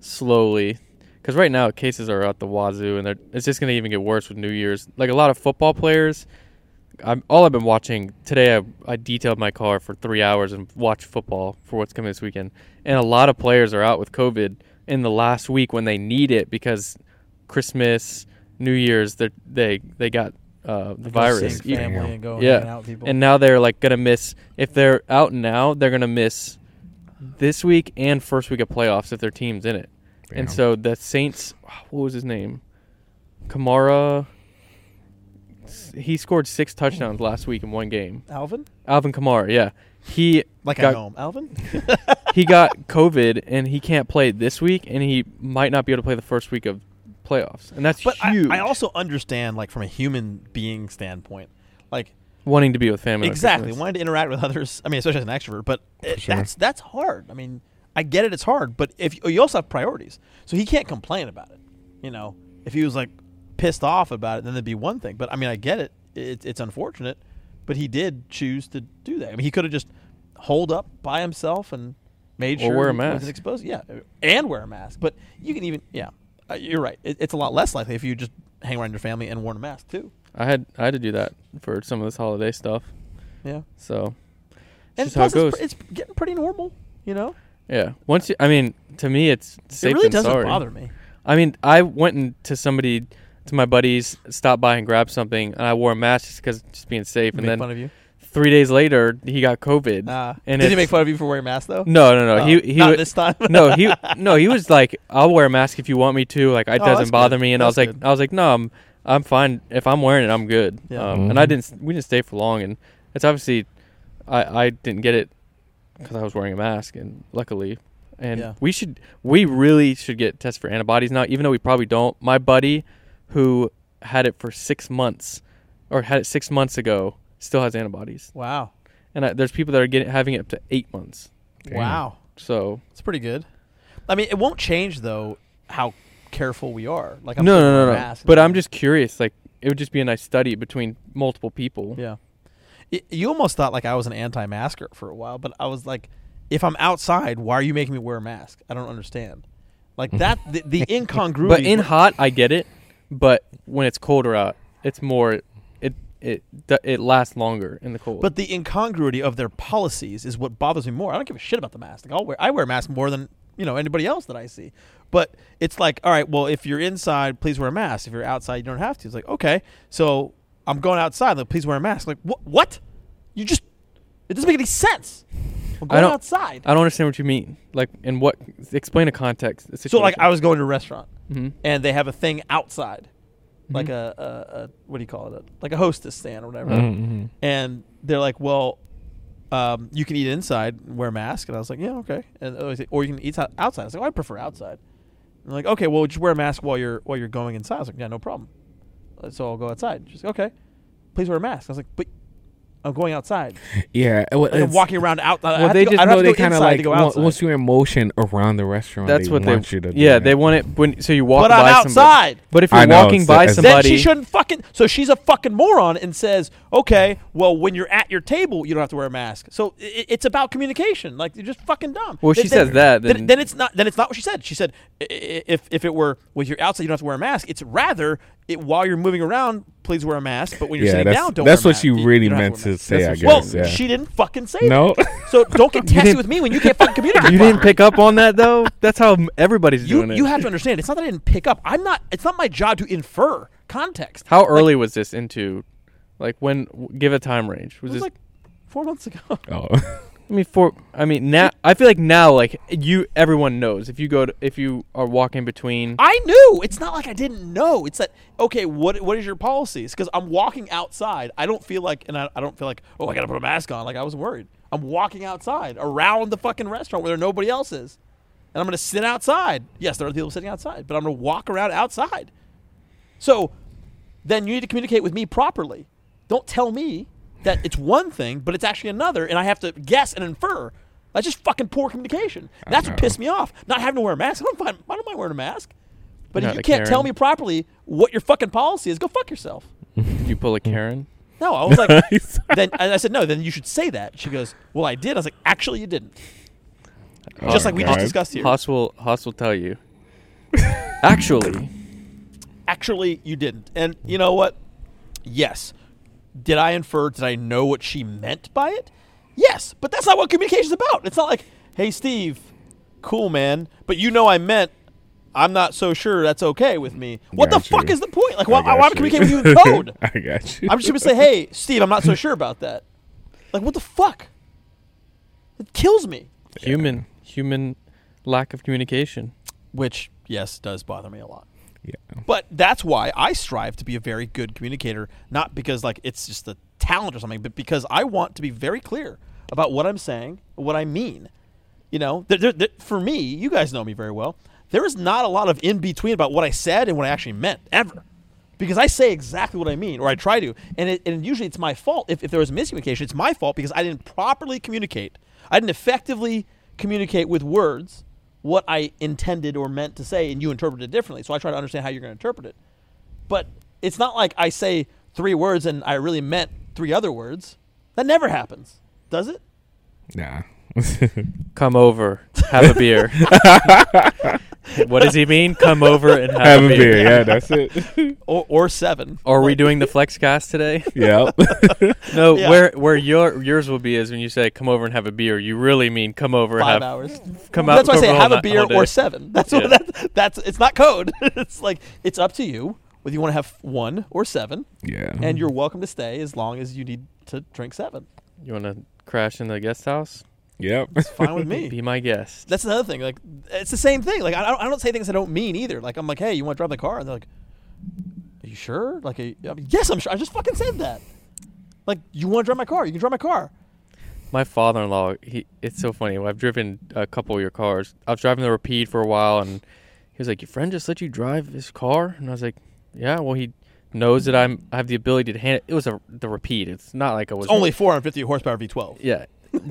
[SPEAKER 1] slowly, because right now cases are out the wazoo, and they're, it's just going to even get worse with New Year's. Like a lot of football players, I'm all I've been watching today. I, I detailed my car for three hours and watched football for what's coming this weekend, and a lot of players are out with COVID in the last week when they need it because Christmas, New Year's, they they they got uh, the virus.
[SPEAKER 3] Seeing
[SPEAKER 1] Yeah.
[SPEAKER 3] family
[SPEAKER 2] Yeah.
[SPEAKER 3] and go
[SPEAKER 1] Yeah.
[SPEAKER 3] hanging out with people.
[SPEAKER 1] And now they're like gonna miss if they're out now, they're gonna miss this week and first week of playoffs if their team's in it. And
[SPEAKER 2] Damn.
[SPEAKER 1] so the Saints, what was his name? Kamara. s- He scored six touchdowns last week in one game.
[SPEAKER 3] Alvin,
[SPEAKER 1] Alvin Kamara, yeah, he
[SPEAKER 3] like
[SPEAKER 1] got-
[SPEAKER 3] I know him. Alvin.
[SPEAKER 1] he got COVID and he can't play this week, and he might not be able to play the first week of playoffs, and that's
[SPEAKER 3] But I,
[SPEAKER 1] huge.
[SPEAKER 3] I also understand, like from a human being standpoint, like
[SPEAKER 1] wanting to be with family. on
[SPEAKER 3] exactly
[SPEAKER 1] Christmas.
[SPEAKER 3] wanting to interact with others. I mean, especially as an extrovert, but it,
[SPEAKER 2] sure.
[SPEAKER 3] that's that's hard. I mean, I get it; it's hard, but if you also have priorities, so he can't complain about it. You know, if he was like pissed off about it, then there'd be one thing. But I mean, I get it; it it's unfortunate, but he did choose to do that. I mean, he could have just holed up by himself and made
[SPEAKER 1] Or
[SPEAKER 3] sure
[SPEAKER 1] wear a
[SPEAKER 3] he
[SPEAKER 1] mask.
[SPEAKER 3] wasn't exposed. Yeah, and wear a mask. But you can even yeah, uh, you're right. It, it's a lot less likely if you just hang around your family and wear a mask too.
[SPEAKER 1] I had I had to do that for some of this holiday stuff.
[SPEAKER 3] Yeah.
[SPEAKER 1] So, it's
[SPEAKER 3] And
[SPEAKER 1] just how it
[SPEAKER 3] plus,
[SPEAKER 1] goes.
[SPEAKER 3] it's, pre- it's getting pretty normal, you know.
[SPEAKER 1] yeah. Once you, I mean, to me, it's safe
[SPEAKER 3] it really
[SPEAKER 1] than
[SPEAKER 3] doesn't
[SPEAKER 1] sorry.
[SPEAKER 3] bother me.
[SPEAKER 1] I mean, I went in to somebody, to my buddies, stopped by and grabbed something, and I wore a mask just because just being safe.
[SPEAKER 3] Make
[SPEAKER 1] and then
[SPEAKER 3] fun of you.
[SPEAKER 1] three days later, he got COVID.
[SPEAKER 3] Uh,
[SPEAKER 1] and
[SPEAKER 3] did he
[SPEAKER 1] it's-
[SPEAKER 3] make fun of you for wearing a mask though?
[SPEAKER 1] No, no, no.
[SPEAKER 3] Oh,
[SPEAKER 1] he he
[SPEAKER 3] not
[SPEAKER 1] wa-
[SPEAKER 3] this time.
[SPEAKER 1] no, he no, he was like, "I'll wear a mask if you want me to." Like, it
[SPEAKER 3] Oh, that's
[SPEAKER 1] doesn't bother
[SPEAKER 3] good.
[SPEAKER 1] me, and I was
[SPEAKER 3] That's
[SPEAKER 1] like,
[SPEAKER 3] good.
[SPEAKER 1] I was like, "No, I'm I'm fine. If I'm wearing it, I'm good."
[SPEAKER 3] Yeah.
[SPEAKER 1] Um, And I
[SPEAKER 2] Mhm.
[SPEAKER 1] didn't we didn't stay for long, and it's obviously I I didn't get it because I was wearing a mask, and luckily, and
[SPEAKER 3] Yeah.
[SPEAKER 1] we should we really should get tests for antibodies now, even though we probably don't. My buddy who had it for six months, or had it six months ago, still has antibodies
[SPEAKER 3] Wow.
[SPEAKER 1] and I, there's people that are getting having it up to eight months.
[SPEAKER 2] Damn.
[SPEAKER 3] Wow,
[SPEAKER 1] So
[SPEAKER 3] it's pretty good. I mean, it won't change though how careful we are. Like I'm
[SPEAKER 1] no,
[SPEAKER 3] putting
[SPEAKER 1] no,
[SPEAKER 3] on
[SPEAKER 1] no,
[SPEAKER 3] a
[SPEAKER 1] no.
[SPEAKER 3] mask and
[SPEAKER 1] But I'm
[SPEAKER 3] everything.
[SPEAKER 1] just curious. Like it would just be a nice study between multiple people.
[SPEAKER 3] Yeah. Y- You almost thought like I was an anti-masker for a while, but I was like, if I'm outside, why are you making me wear a mask? I don't understand. Like that, the, the incongruity.
[SPEAKER 1] But in hot, I get it. But when it's colder out, it's more. It it it, it lasts longer in the cold.
[SPEAKER 3] but the incongruity of their policies is what bothers me more. I don't give a shit about the mask. Like I'll wear, I wear a mask more than you know anybody else that I see. But it's like, all right, well, if you're inside, please wear a mask. If you're outside, you don't have to. It's like, okay, so I'm going outside. Like, please wear a mask. Like, what? What? You just it doesn't make any sense. I'm
[SPEAKER 1] I
[SPEAKER 3] going
[SPEAKER 1] don't-
[SPEAKER 3] outside.
[SPEAKER 1] I don't understand what you mean. Like in what? Explain a context. A
[SPEAKER 3] So like
[SPEAKER 1] situation.
[SPEAKER 3] I was going to a restaurant
[SPEAKER 1] Mhm.
[SPEAKER 3] and they have a thing outside, like
[SPEAKER 1] Mm-hmm.
[SPEAKER 3] a, a, a what do you call it? A, like a hostess stand or whatever.
[SPEAKER 2] Mhm, mhm.
[SPEAKER 3] And they're like, well, um, you can eat inside, and wear a mask, and I was like, yeah, okay. And they say, or you can eat out- outside. I was like, well, I prefer outside. And they're like, okay, well, just wear a mask while you're while you're going inside. I was like, yeah, no problem. Uh, So I'll go outside. She's like, okay, please wear a mask. I was like, but I'm going outside.
[SPEAKER 2] Yeah. Well,
[SPEAKER 3] Like, I'm
[SPEAKER 2] it's-
[SPEAKER 3] walking around out. I
[SPEAKER 1] Well,
[SPEAKER 3] have
[SPEAKER 1] they
[SPEAKER 3] to go,
[SPEAKER 1] just
[SPEAKER 3] I don't
[SPEAKER 1] know
[SPEAKER 3] have to
[SPEAKER 2] they
[SPEAKER 3] go
[SPEAKER 2] kind of
[SPEAKER 3] inside
[SPEAKER 2] like
[SPEAKER 3] to go
[SPEAKER 2] on-
[SPEAKER 3] outside.
[SPEAKER 2] once you're in motion around the restaurant,
[SPEAKER 1] That's
[SPEAKER 2] they
[SPEAKER 1] what
[SPEAKER 2] want
[SPEAKER 1] they.
[SPEAKER 2] you to do.
[SPEAKER 1] yeah, they
[SPEAKER 2] that.
[SPEAKER 1] want it when. So you walk
[SPEAKER 3] But
[SPEAKER 1] by
[SPEAKER 3] I'm
[SPEAKER 1] somebody.
[SPEAKER 3] outside.
[SPEAKER 1] But if
[SPEAKER 2] I
[SPEAKER 1] you're
[SPEAKER 2] know,
[SPEAKER 1] walking
[SPEAKER 2] it's
[SPEAKER 1] by
[SPEAKER 2] the- it's-
[SPEAKER 1] somebody,
[SPEAKER 3] Then she shouldn't fucking. So she's a fucking moron and says, "Okay, well, when you're at your table, you don't have to wear a mask." So i- i it's about communication. Like you're just fucking dumb.
[SPEAKER 1] Well, she says that,
[SPEAKER 3] Then,
[SPEAKER 1] then-
[SPEAKER 3] then it's not. Then it's not what she said. She said, i- i- "If if it were when you're outside, you don't have to wear a mask." It's rather it, while you're moving around, please wear a mask. But when you're
[SPEAKER 2] Yeah,
[SPEAKER 3] sitting
[SPEAKER 2] that's,
[SPEAKER 3] down, don't.
[SPEAKER 2] that's
[SPEAKER 3] wear a
[SPEAKER 2] what
[SPEAKER 3] mask.
[SPEAKER 2] you really
[SPEAKER 3] don't have
[SPEAKER 2] meant
[SPEAKER 3] wear a
[SPEAKER 2] to say, I
[SPEAKER 1] That's
[SPEAKER 3] mask.
[SPEAKER 2] guess.
[SPEAKER 3] Well,
[SPEAKER 2] yeah.
[SPEAKER 3] she didn't fucking say that.
[SPEAKER 2] no,
[SPEAKER 3] So don't get
[SPEAKER 1] You
[SPEAKER 3] testy
[SPEAKER 1] didn't-
[SPEAKER 3] with me when you can't fucking communicate.
[SPEAKER 1] you didn't pick up on that though. That's how m- everybody's
[SPEAKER 3] You,
[SPEAKER 1] doing it.
[SPEAKER 3] you have to understand. It's not that I didn't pick up. I'm not. It's not my job to infer context.
[SPEAKER 1] How early was this into? Like when? w- Give a time range. Was
[SPEAKER 3] It was
[SPEAKER 1] this?
[SPEAKER 3] like four months ago.
[SPEAKER 2] oh.
[SPEAKER 1] I mean, for I mean now. I feel like now, like you, everyone knows if you go to if you are walking between.
[SPEAKER 3] I knew. It's not like I didn't know. It's that okay. What what is your policies? Because I'm walking outside. I don't feel like, and I, I don't feel like. Oh, I gotta put a mask on. Like I was worried. I'm walking outside around the fucking restaurant where nobody else is, and I'm gonna sit outside. Yes, there are people sitting outside, but I'm gonna walk around outside. So, then you need to communicate with me properly. Don't tell me that it's one thing, but it's actually another, and I have to guess and infer. That's just fucking poor communication. That's what
[SPEAKER 2] know.
[SPEAKER 3] pissed me off. Not having to wear a mask. I don't find. I don't mind wearing a mask. But
[SPEAKER 1] Not
[SPEAKER 3] if you
[SPEAKER 1] a
[SPEAKER 3] can't tell
[SPEAKER 1] Karen.
[SPEAKER 3] me properly what your fucking policy is, go fuck yourself.
[SPEAKER 1] Did you pull a Karen?
[SPEAKER 3] No, I was like,
[SPEAKER 2] Nice.
[SPEAKER 3] then and I said no. Then you should say that. She goes, well, I did. I was like, actually, you didn't. just
[SPEAKER 2] Oh,
[SPEAKER 3] like we
[SPEAKER 2] God.
[SPEAKER 3] just discussed here.
[SPEAKER 1] Haas will Haas will tell you. Actually,
[SPEAKER 3] Actually, you didn't. And you know what? Yes. Did I infer? Did I know what she meant by it? Yes, but that's not what communication is about. It's not like, hey, Steve, cool man, but you know I meant. I'm not so sure that's okay with me. What the
[SPEAKER 2] Got you.
[SPEAKER 3] fuck is the point? Like,
[SPEAKER 2] I
[SPEAKER 3] why,
[SPEAKER 2] got
[SPEAKER 3] why am I
[SPEAKER 2] you.
[SPEAKER 3] communicating with you in code?
[SPEAKER 2] I got you.
[SPEAKER 3] I'm just gonna say, hey, Steve, I'm not so sure about that. Like, what the fuck? It kills me.
[SPEAKER 1] human human lack of communication.
[SPEAKER 3] Which, yes, does bother me a lot.
[SPEAKER 2] Yeah.
[SPEAKER 3] But that's why I strive to be a very good communicator, not because like it's just the talent or something, but because I want to be very clear about what I'm saying, what I mean. You know, there, there, there, for me, you guys know me very well. There is not a lot of in between about what I said and what I actually meant ever, because I say exactly what I mean, or I try to, and it, and usually it's my fault if, if there was miscommunication. It's my fault because I didn't properly communicate. I didn't effectively communicate with words what I intended or meant to say, and you interpret it differently. So I try to understand how you're going to interpret it. But it's not like I say three words and I really meant three other words. That never happens, does it?
[SPEAKER 2] Nah.
[SPEAKER 1] Come over, have a beer. what does he mean? Come over and have,
[SPEAKER 2] Have a beer. Yeah, that's it.
[SPEAKER 3] Or, or seven.
[SPEAKER 1] Are we doing the flex cast today?
[SPEAKER 2] yep.
[SPEAKER 1] No,
[SPEAKER 3] Yeah.
[SPEAKER 1] where where your yours will be is when you say come over and have a beer. You really mean come over have
[SPEAKER 3] five hours.
[SPEAKER 1] come out
[SPEAKER 3] That's why I
[SPEAKER 1] and
[SPEAKER 3] say
[SPEAKER 1] come
[SPEAKER 3] have
[SPEAKER 1] over
[SPEAKER 3] a
[SPEAKER 1] all
[SPEAKER 3] beer
[SPEAKER 1] night- all
[SPEAKER 3] or
[SPEAKER 1] day.
[SPEAKER 3] seven. That's what
[SPEAKER 1] Yeah.
[SPEAKER 3] that, that's. It's not code. it's like it's up to you whether you want to have one or seven,
[SPEAKER 2] Yeah.
[SPEAKER 1] Mm-hmm.
[SPEAKER 3] and you're welcome to stay as long as you need to drink seven.
[SPEAKER 1] You want to crash in the guest house?
[SPEAKER 2] Yep.
[SPEAKER 3] Fine with me.
[SPEAKER 1] Be my guest.
[SPEAKER 3] That's another thing. Like it's the same thing. Like I don't, I don't say things I don't mean either. Like I'm like, hey, you want to drive the car? And they're like, are you sure? Like, are you- I mean, yes, I'm sure. I just fucking said that. Like, you want to drive my car? You can drive my car.
[SPEAKER 1] My father-in-law, he it's so funny. I've driven a couple of your cars. I was driving the Rapide for a while, and he was like, "Your friend just let you drive his car," and I was like, "Yeah." Well, he knows that I'm I have the ability to handle. It was a the repeat. It's not like I was
[SPEAKER 3] It's only 450 horsepower V12.
[SPEAKER 1] yeah,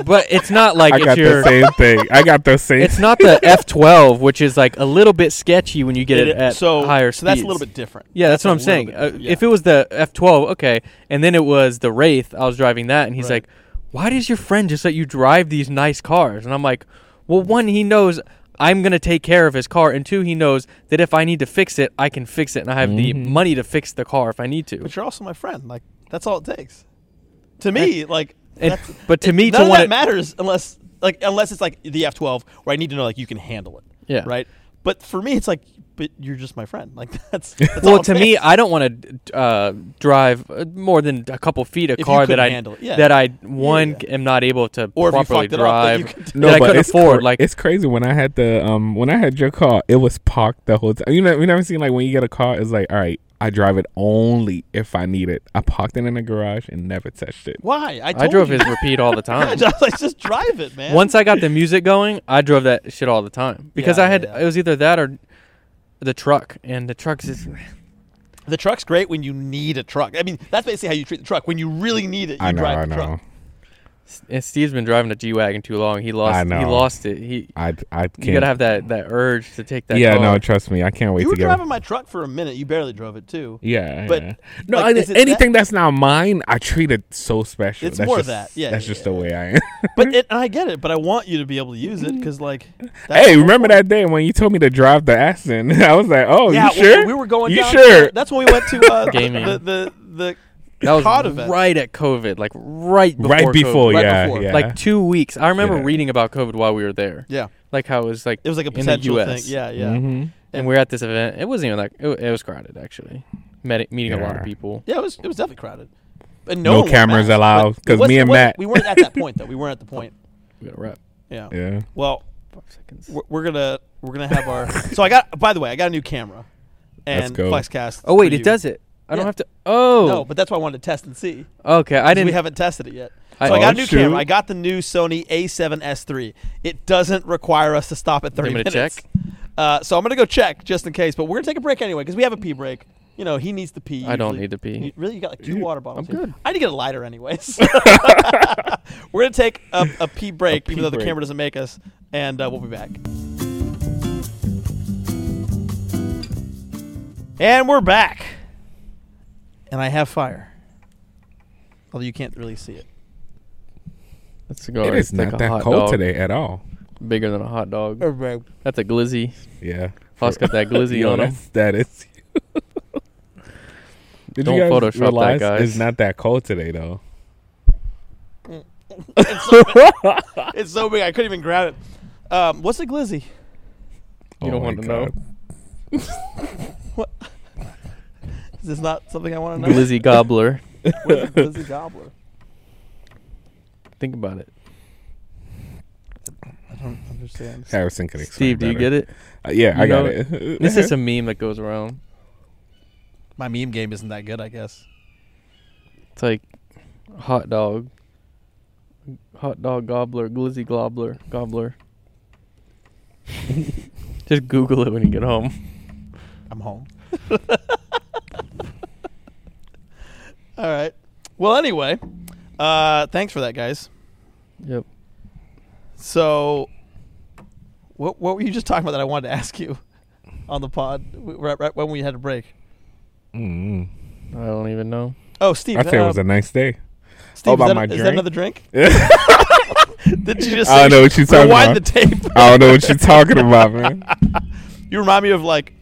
[SPEAKER 1] but it's not like
[SPEAKER 2] I
[SPEAKER 1] it's
[SPEAKER 2] got
[SPEAKER 1] your.
[SPEAKER 2] the same thing. I got the same.
[SPEAKER 1] It's not the F12, which is like a little bit sketchy when you get it,
[SPEAKER 3] It-
[SPEAKER 1] at
[SPEAKER 3] so,
[SPEAKER 1] higher
[SPEAKER 3] So that's a
[SPEAKER 1] speeds.
[SPEAKER 3] little bit different.
[SPEAKER 1] Yeah, that's, what I'm
[SPEAKER 3] That's a little
[SPEAKER 1] saying.
[SPEAKER 3] bit-
[SPEAKER 1] uh,
[SPEAKER 3] yeah.
[SPEAKER 1] If it was the F12, okay, and then it was the Wraith, I was driving that, and he's
[SPEAKER 3] Right.
[SPEAKER 1] like, "Why does your friend just let you drive these nice cars?" And I'm like, "Well, one, he knows I'm gonna take care of his car, and two, he knows that if I need to fix it, I can fix it, and I have the
[SPEAKER 3] Mm-hmm.
[SPEAKER 2] Mhm.
[SPEAKER 1] money to fix the car if I need to."
[SPEAKER 3] But you're also my friend. Like that's all it takes. To me, like
[SPEAKER 1] And,
[SPEAKER 3] that's-
[SPEAKER 1] but to me,
[SPEAKER 3] none
[SPEAKER 1] to
[SPEAKER 3] of
[SPEAKER 1] want
[SPEAKER 3] that
[SPEAKER 1] it,
[SPEAKER 3] matters unless like unless it's like the F12 where I need to know like you can handle it.
[SPEAKER 1] Yeah.
[SPEAKER 3] Right. But for me, it's like, but you're just my friend. Like that's, that's all
[SPEAKER 1] well,
[SPEAKER 3] it
[SPEAKER 1] to me,
[SPEAKER 3] takes.
[SPEAKER 1] I don't want to uh, drive uh, more than a couple feet a
[SPEAKER 3] you
[SPEAKER 1] car that
[SPEAKER 3] couldn't
[SPEAKER 1] I
[SPEAKER 3] handle it, yeah.
[SPEAKER 1] that I one
[SPEAKER 3] yeah.
[SPEAKER 1] am not able to
[SPEAKER 3] or if you
[SPEAKER 1] properly
[SPEAKER 3] fucked it up, like,
[SPEAKER 1] drive.
[SPEAKER 3] you could-
[SPEAKER 1] that I couldn't
[SPEAKER 2] it's
[SPEAKER 1] afford,
[SPEAKER 2] cra-
[SPEAKER 1] like-
[SPEAKER 2] it's crazy when I had the um when I had your car, it was parked the whole time. You know, you never seen like when you get a car, it's like all right, I drive it only if I need it. I parked it in the garage and never touched it.
[SPEAKER 3] why? I,
[SPEAKER 1] I
[SPEAKER 3] told
[SPEAKER 1] drove
[SPEAKER 3] you.
[SPEAKER 1] his repeat all the
[SPEAKER 3] I
[SPEAKER 1] time.
[SPEAKER 3] was like, just drive it, man.
[SPEAKER 1] Once I got the music going, I drove that shit all the time because
[SPEAKER 3] Yeah,
[SPEAKER 1] I had
[SPEAKER 3] yeah.
[SPEAKER 1] it was either that or the truck, and the truck's just
[SPEAKER 3] the truck's great when you need a truck. I mean, that's basically how you treat the truck. When you really need it, you
[SPEAKER 2] I know,
[SPEAKER 3] drive
[SPEAKER 2] I
[SPEAKER 3] the
[SPEAKER 2] know,
[SPEAKER 3] truck.
[SPEAKER 1] and Steve's been driving a G wagon too long. He lost.
[SPEAKER 2] I
[SPEAKER 1] He
[SPEAKER 2] know.
[SPEAKER 1] lost it. He
[SPEAKER 2] I I can't.
[SPEAKER 1] you gotta have that that urge to take that.
[SPEAKER 2] yeah,
[SPEAKER 1] car.
[SPEAKER 2] no, trust me, I can't wait
[SPEAKER 3] You
[SPEAKER 2] to
[SPEAKER 3] were
[SPEAKER 2] get.
[SPEAKER 3] driving my truck for a minute. You barely drove it too.
[SPEAKER 2] Yeah,
[SPEAKER 3] But,
[SPEAKER 2] yeah. no,
[SPEAKER 3] like,
[SPEAKER 2] I-
[SPEAKER 3] is it
[SPEAKER 2] anything that's not mine, I treat it so special.
[SPEAKER 3] It's
[SPEAKER 2] that's
[SPEAKER 3] more
[SPEAKER 2] just,
[SPEAKER 3] that, yeah,
[SPEAKER 2] that's
[SPEAKER 3] yeah,
[SPEAKER 2] just
[SPEAKER 3] yeah,
[SPEAKER 2] the way I am.
[SPEAKER 3] But it, and I get it. But I want you to be able to use it because, like, that's
[SPEAKER 2] hey,
[SPEAKER 3] the whole
[SPEAKER 2] remember
[SPEAKER 3] point.
[SPEAKER 2] that day when you told me to drive the Aston? I was like, oh,
[SPEAKER 3] Yeah,
[SPEAKER 2] you
[SPEAKER 3] well,
[SPEAKER 2] sure?
[SPEAKER 3] we were going.
[SPEAKER 2] You
[SPEAKER 3] down
[SPEAKER 2] sure?
[SPEAKER 3] that's when we went to uh,
[SPEAKER 1] Gaming.
[SPEAKER 3] the the the, the
[SPEAKER 1] that was
[SPEAKER 3] COD event.
[SPEAKER 1] right at COVID, like right before
[SPEAKER 2] right before,
[SPEAKER 1] COVID.
[SPEAKER 3] right
[SPEAKER 2] yeah,
[SPEAKER 3] before.
[SPEAKER 2] yeah.
[SPEAKER 1] like two weeks. I remember
[SPEAKER 2] Yeah.
[SPEAKER 1] reading about COVID while we were there,
[SPEAKER 3] Yeah,
[SPEAKER 1] like how it was like
[SPEAKER 3] it was like a
[SPEAKER 1] in the
[SPEAKER 3] potential thing.
[SPEAKER 1] US.
[SPEAKER 3] Yeah, yeah,
[SPEAKER 2] Mhm.
[SPEAKER 1] and we are at this event. It wasn't even like it, it was crowded actually. Met, meeting a lot of
[SPEAKER 2] Yeah.
[SPEAKER 1] people.
[SPEAKER 3] yeah. It was it was definitely crowded. And
[SPEAKER 2] No
[SPEAKER 3] one wore
[SPEAKER 2] cameras
[SPEAKER 3] masks, but
[SPEAKER 2] allowed,
[SPEAKER 3] it
[SPEAKER 2] 'cause
[SPEAKER 3] wasn't-
[SPEAKER 2] me and
[SPEAKER 3] it wasn't-
[SPEAKER 2] Matt-
[SPEAKER 3] We weren't at that point though. We weren't at the point.
[SPEAKER 1] We got a wrap.
[SPEAKER 3] Yeah.
[SPEAKER 2] yeah.
[SPEAKER 3] Well,
[SPEAKER 1] Five seconds.
[SPEAKER 3] we're, we're gonna we're gonna have our. so I got. By the way, I got a new camera.
[SPEAKER 2] Let's
[SPEAKER 3] And
[SPEAKER 2] go.
[SPEAKER 3] Flexcast.
[SPEAKER 1] Oh wait,
[SPEAKER 3] for
[SPEAKER 1] it
[SPEAKER 3] you.
[SPEAKER 1] does it. I
[SPEAKER 3] Yeah.
[SPEAKER 1] don't have to. Oh,
[SPEAKER 3] No, but that's why I wanted to test and see.
[SPEAKER 1] okay. I didn't.
[SPEAKER 3] we haven't tested it yet.
[SPEAKER 1] I-
[SPEAKER 3] So I,
[SPEAKER 1] Oh,
[SPEAKER 3] got a new
[SPEAKER 2] shoot.
[SPEAKER 3] camera. I got the new Sony A7S3. It doesn't require us to stop at 30
[SPEAKER 1] You want me to
[SPEAKER 3] minutes.
[SPEAKER 1] check?
[SPEAKER 3] Uh, so I'm gonna go check just in case. But we're gonna take a break anyway because we have a pee break. You know, he needs to pee.
[SPEAKER 1] I don't
[SPEAKER 3] usually.
[SPEAKER 1] need to pee.
[SPEAKER 3] You- really, you got like two water bottles.
[SPEAKER 1] I'm
[SPEAKER 3] here.
[SPEAKER 1] good.
[SPEAKER 3] I need to get a lighter anyways. we're gonna take a, a pee break,
[SPEAKER 2] pee
[SPEAKER 3] even though the
[SPEAKER 2] break.
[SPEAKER 3] camera doesn't make us, and uh, we'll be back. And we're back. And I have fire. Although you can't really see it.
[SPEAKER 1] That cigar
[SPEAKER 2] It is
[SPEAKER 1] like
[SPEAKER 2] not
[SPEAKER 1] a
[SPEAKER 2] that
[SPEAKER 1] hot
[SPEAKER 2] cold
[SPEAKER 1] dog,
[SPEAKER 2] today at all.
[SPEAKER 1] Bigger than a hot dog.
[SPEAKER 3] Right.
[SPEAKER 1] That's a glizzy.
[SPEAKER 2] Yeah.
[SPEAKER 1] Foss got that glizzy
[SPEAKER 2] Yo,
[SPEAKER 1] on him.
[SPEAKER 2] that's- That is. Did
[SPEAKER 1] Don't
[SPEAKER 2] you guys
[SPEAKER 1] Photoshop that,
[SPEAKER 2] realize
[SPEAKER 1] guys.
[SPEAKER 2] It's not that cold today, though.
[SPEAKER 3] It's so, big. It's so big, I couldn't even grab it. Um, what's a glizzy?
[SPEAKER 1] You don't
[SPEAKER 2] Oh, my
[SPEAKER 1] want to know.
[SPEAKER 2] God.
[SPEAKER 3] Is this not something I want to know?
[SPEAKER 1] Glizzy gobbler.
[SPEAKER 3] What is a glizzy gobbler?
[SPEAKER 1] Think about it.
[SPEAKER 3] I don't understand.
[SPEAKER 2] Harrison can explain.
[SPEAKER 1] Steve, do you
[SPEAKER 2] better.
[SPEAKER 1] get it?
[SPEAKER 2] Uh, yeah, I
[SPEAKER 1] You
[SPEAKER 2] got
[SPEAKER 1] know-
[SPEAKER 2] it.
[SPEAKER 1] This is a meme that goes around.
[SPEAKER 3] My meme game isn't that good, I guess.
[SPEAKER 1] It's like hot dog. Hot dog gobbler, glizzy gobbler, gobbler. Just Google it when you get home.
[SPEAKER 3] I'm home. All right. Well, anyway, uh, thanks for that, guys.
[SPEAKER 1] Yep.
[SPEAKER 3] So, what what were you just talking about that I wanted to ask you on the pod w- right, right when we had a break?
[SPEAKER 2] Mm.
[SPEAKER 3] Mm-hmm.
[SPEAKER 1] I don't even know.
[SPEAKER 3] Oh, Steve.
[SPEAKER 2] I think it
[SPEAKER 3] uh,
[SPEAKER 2] was a nice day.
[SPEAKER 3] Steve,
[SPEAKER 2] about
[SPEAKER 3] is, that,
[SPEAKER 2] my
[SPEAKER 3] is that
[SPEAKER 2] drink?
[SPEAKER 3] another drink?
[SPEAKER 2] I
[SPEAKER 3] Did you just?
[SPEAKER 2] don't
[SPEAKER 3] say-
[SPEAKER 2] know what you're talking
[SPEAKER 3] rewind
[SPEAKER 2] about.
[SPEAKER 3] the tape.
[SPEAKER 2] I don't know what you're talking about, man.
[SPEAKER 3] You remind me of like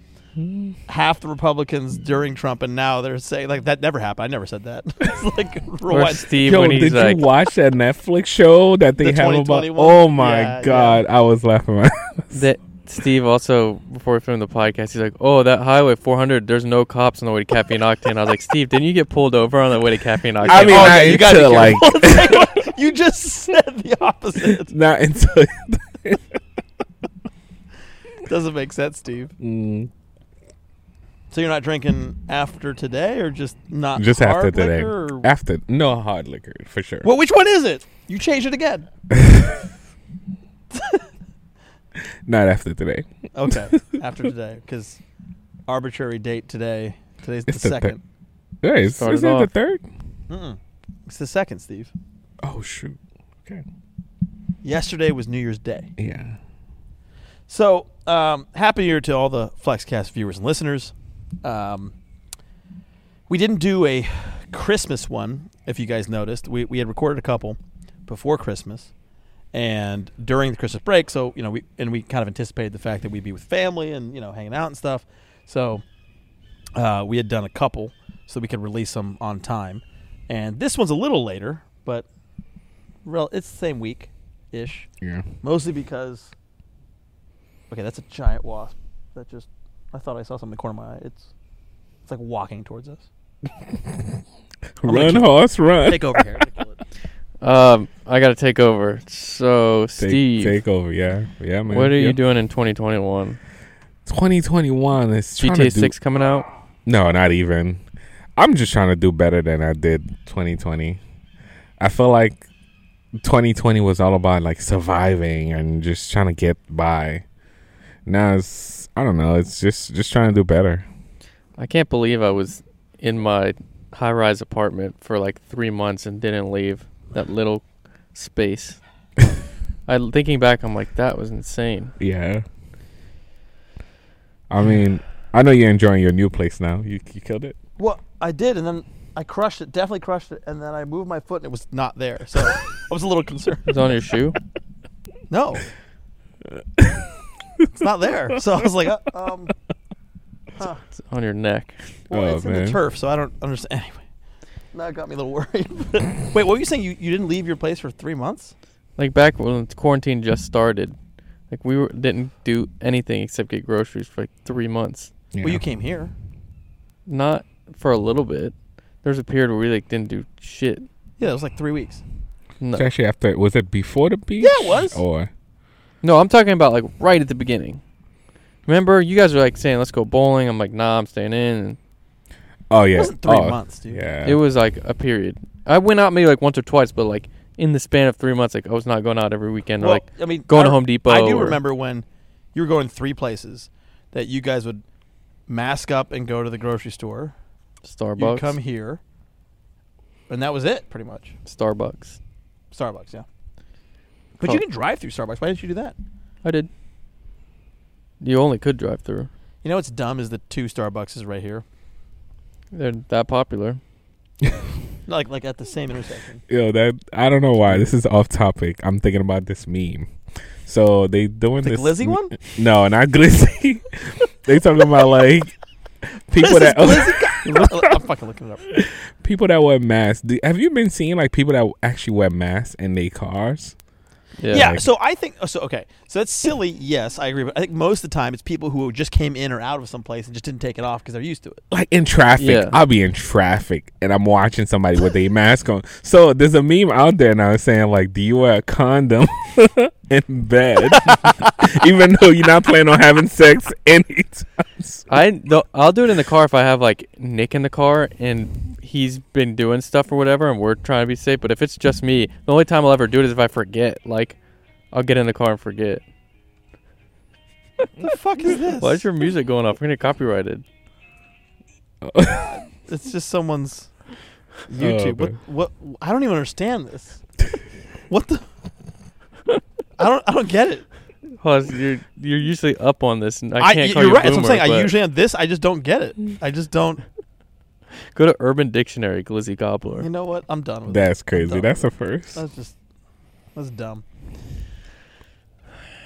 [SPEAKER 3] half the Republicans during Trump, and now they're saying like that never happened. I never said that. it's like
[SPEAKER 1] Or
[SPEAKER 3] rewind.
[SPEAKER 1] Steve
[SPEAKER 2] Yo,
[SPEAKER 1] when
[SPEAKER 2] did
[SPEAKER 1] he's like,
[SPEAKER 2] you watch that Netflix show that they
[SPEAKER 3] The
[SPEAKER 2] have about?
[SPEAKER 3] 2021?
[SPEAKER 2] Oh my
[SPEAKER 3] Yeah, yeah.
[SPEAKER 2] god, I was laughing. my ass.
[SPEAKER 1] that Steve also before we filmed the podcast, he's like, "Oh, that Highway 400, there's no cops on the way to Caffeine Octane." I was like, "Steve, didn't you get pulled over on the way to Caffeine Octane?"
[SPEAKER 2] I mean,
[SPEAKER 1] Oh,
[SPEAKER 2] I-
[SPEAKER 3] yeah, you gotta
[SPEAKER 2] to,
[SPEAKER 3] be
[SPEAKER 2] like-
[SPEAKER 3] careful. It's like, you just said the opposite.
[SPEAKER 2] Not until.
[SPEAKER 3] Doesn't make sense, Steve.
[SPEAKER 2] Mm.
[SPEAKER 3] So you're not drinking after today, or just not
[SPEAKER 2] Just after
[SPEAKER 3] Uh, hard
[SPEAKER 2] today.
[SPEAKER 3] liquor, or-
[SPEAKER 2] After no hard liquor for sure.
[SPEAKER 3] well, which one is it? You changed it again.
[SPEAKER 2] Not after today.
[SPEAKER 3] Okay, after today, because arbitrary date today. Today's the
[SPEAKER 2] It's the
[SPEAKER 3] second.
[SPEAKER 2] Yeah, is,
[SPEAKER 1] Started
[SPEAKER 2] is that the
[SPEAKER 1] off.
[SPEAKER 2] third?
[SPEAKER 3] Mm-mm. It's the second, Steve.
[SPEAKER 2] Oh shoot. Okay.
[SPEAKER 3] Yesterday was New Year's Day.
[SPEAKER 2] Yeah.
[SPEAKER 3] So, um, happy New year to all the Flexcast viewers and listeners. Um, we didn't do a Christmas one, if you guys noticed. We, we had recorded a couple before Christmas and during the Christmas break. So, you know, we and we kind of anticipated the fact that we'd be with family and, you know, hanging out and stuff. So, uh, we had done a couple so we could release them on time. And this one's a little later, but rel- it's the same week ish.
[SPEAKER 2] Yeah.
[SPEAKER 3] Mostly because. Okay, that's a giant wasp. That just. I thought I saw something in the corner of my eye. It's. It's like walking towards us. gonna
[SPEAKER 2] Run
[SPEAKER 3] keep-
[SPEAKER 2] horse, run.
[SPEAKER 3] Take over here.
[SPEAKER 1] Um, I got to take over. So,
[SPEAKER 2] Take,
[SPEAKER 1] Steve,
[SPEAKER 2] take over. Yeah. Yeah, man.
[SPEAKER 1] what are you
[SPEAKER 2] Yep.
[SPEAKER 1] doing in 2021?
[SPEAKER 2] 2021 is trying to
[SPEAKER 1] GTA
[SPEAKER 2] do-
[SPEAKER 1] 6 coming out?
[SPEAKER 2] No, not even. I'm just trying to do better than I did 2020. I feel like 2020 was all about like surviving and just trying to get by. Now it's I don't know. It's just just trying to do better.
[SPEAKER 1] I can't believe I was in my high rise apartment for like three months and didn't leave that little space. I thinking back, I'm like, that was insane.
[SPEAKER 2] Yeah. I mean, I know you're enjoying your new place now. You you killed it.
[SPEAKER 3] well, I did, and then I crushed it. Definitely crushed it, and then I moved my foot, and it was not there. So I was a little concerned.
[SPEAKER 1] It was on your shoe.
[SPEAKER 3] No. it's not there. So I was like, uh, um, huh.
[SPEAKER 1] It's on your neck.
[SPEAKER 3] well,
[SPEAKER 2] Oh,
[SPEAKER 3] it's in
[SPEAKER 2] man.
[SPEAKER 3] the turf, so I don't understand. Anyway, now it got me a little worried. Wait, what were you saying? You, you didn't leave your place for three months?
[SPEAKER 1] Like back when quarantine just started, like we were, didn't do anything except get groceries for like three months.
[SPEAKER 3] Well, you came here.
[SPEAKER 1] Not for a little bit. There was a period where we like didn't do shit.
[SPEAKER 3] Yeah, it was like three weeks.
[SPEAKER 1] No,
[SPEAKER 2] It's actually after. Was it before the beach?
[SPEAKER 3] Yeah, it was.
[SPEAKER 2] Or
[SPEAKER 1] no, I'm talking about like right at the beginning. Remember, you guys were like saying, "Let's go bowling." I'm like, "Nah, I'm staying in." And
[SPEAKER 2] oh yeah.
[SPEAKER 3] It wasn't three
[SPEAKER 2] oh,
[SPEAKER 3] months, dude.
[SPEAKER 2] Yeah.
[SPEAKER 1] It was like a period. I went out maybe like once or twice, but like in the span of three months, like I was not going out every weekend. or
[SPEAKER 3] Well,
[SPEAKER 1] like
[SPEAKER 3] I mean,
[SPEAKER 1] going
[SPEAKER 3] I,
[SPEAKER 1] to Home Depot.
[SPEAKER 3] I do
[SPEAKER 1] or-
[SPEAKER 3] remember when you were going three places that you guys would mask up and go to the grocery store.
[SPEAKER 1] Starbucks.
[SPEAKER 3] You'd come here, and that was it, pretty much.
[SPEAKER 1] Starbucks.
[SPEAKER 3] Starbucks, yeah. But
[SPEAKER 1] Cool.
[SPEAKER 3] you can drive through Starbucks. Why didn't you do that?
[SPEAKER 1] I did. You only could drive through.
[SPEAKER 3] You know what's dumb is the two Starbucks is right here,
[SPEAKER 1] They're that popular.
[SPEAKER 3] like like at the same intersection.
[SPEAKER 2] Yo, that I don't know why this is off topic. I'm thinking about this meme. So they doing
[SPEAKER 3] The
[SPEAKER 2] this
[SPEAKER 3] Glizzy
[SPEAKER 2] m-
[SPEAKER 3] one?
[SPEAKER 2] No, not glizzy. they talking about like people
[SPEAKER 3] This is
[SPEAKER 2] that
[SPEAKER 3] Glizzy- I'm fucking looking it up.
[SPEAKER 2] people that wear masks. Do, have you been seeing like people that actually wear masks in their cars?
[SPEAKER 1] Yeah.
[SPEAKER 3] Yeah.
[SPEAKER 2] like-
[SPEAKER 3] so I think oh, so. Okay. So that's silly. Yes, I agree. But I think most of the time it's people who just came in or out of some place and just didn't take it off because they're used to it.
[SPEAKER 2] Like in traffic,
[SPEAKER 1] Yeah.
[SPEAKER 2] I'll be in traffic and I'm watching somebody with a mask on. So there's a meme out there now saying like, "Do you wear a condom in bed, even though you're not planning on having sex anytime?" soon?
[SPEAKER 1] I no, I'll do it in the car if I have like Nick in the car and he's been doing stuff or whatever, and we're trying to be safe. But if it's just me, the only time I'll ever do it is if I forget. Like, I'll get in the car and forget.
[SPEAKER 3] What the fuck is this?
[SPEAKER 1] Why is your music going off? We're gonna get copyrighted.
[SPEAKER 3] It's just someone's
[SPEAKER 1] Oh,
[SPEAKER 3] YouTube.
[SPEAKER 2] man.
[SPEAKER 3] what, what? I don't even understand this. what the? I don't. I don't get it.
[SPEAKER 1] Plus, you're you're usually up on this, and I
[SPEAKER 3] I,
[SPEAKER 1] can't
[SPEAKER 3] you-
[SPEAKER 1] call
[SPEAKER 3] you're
[SPEAKER 1] you a
[SPEAKER 3] right. that's what
[SPEAKER 1] boomer,
[SPEAKER 3] I'm saying. I
[SPEAKER 1] but-
[SPEAKER 3] usually on this. I just don't get it. I just don't.
[SPEAKER 1] Go to Urban Dictionary, Glizzy Gobbler.
[SPEAKER 3] You know what? I'm done with that.
[SPEAKER 2] That's crazy.
[SPEAKER 3] done.
[SPEAKER 2] That's the first.
[SPEAKER 3] That's just. That's dumb.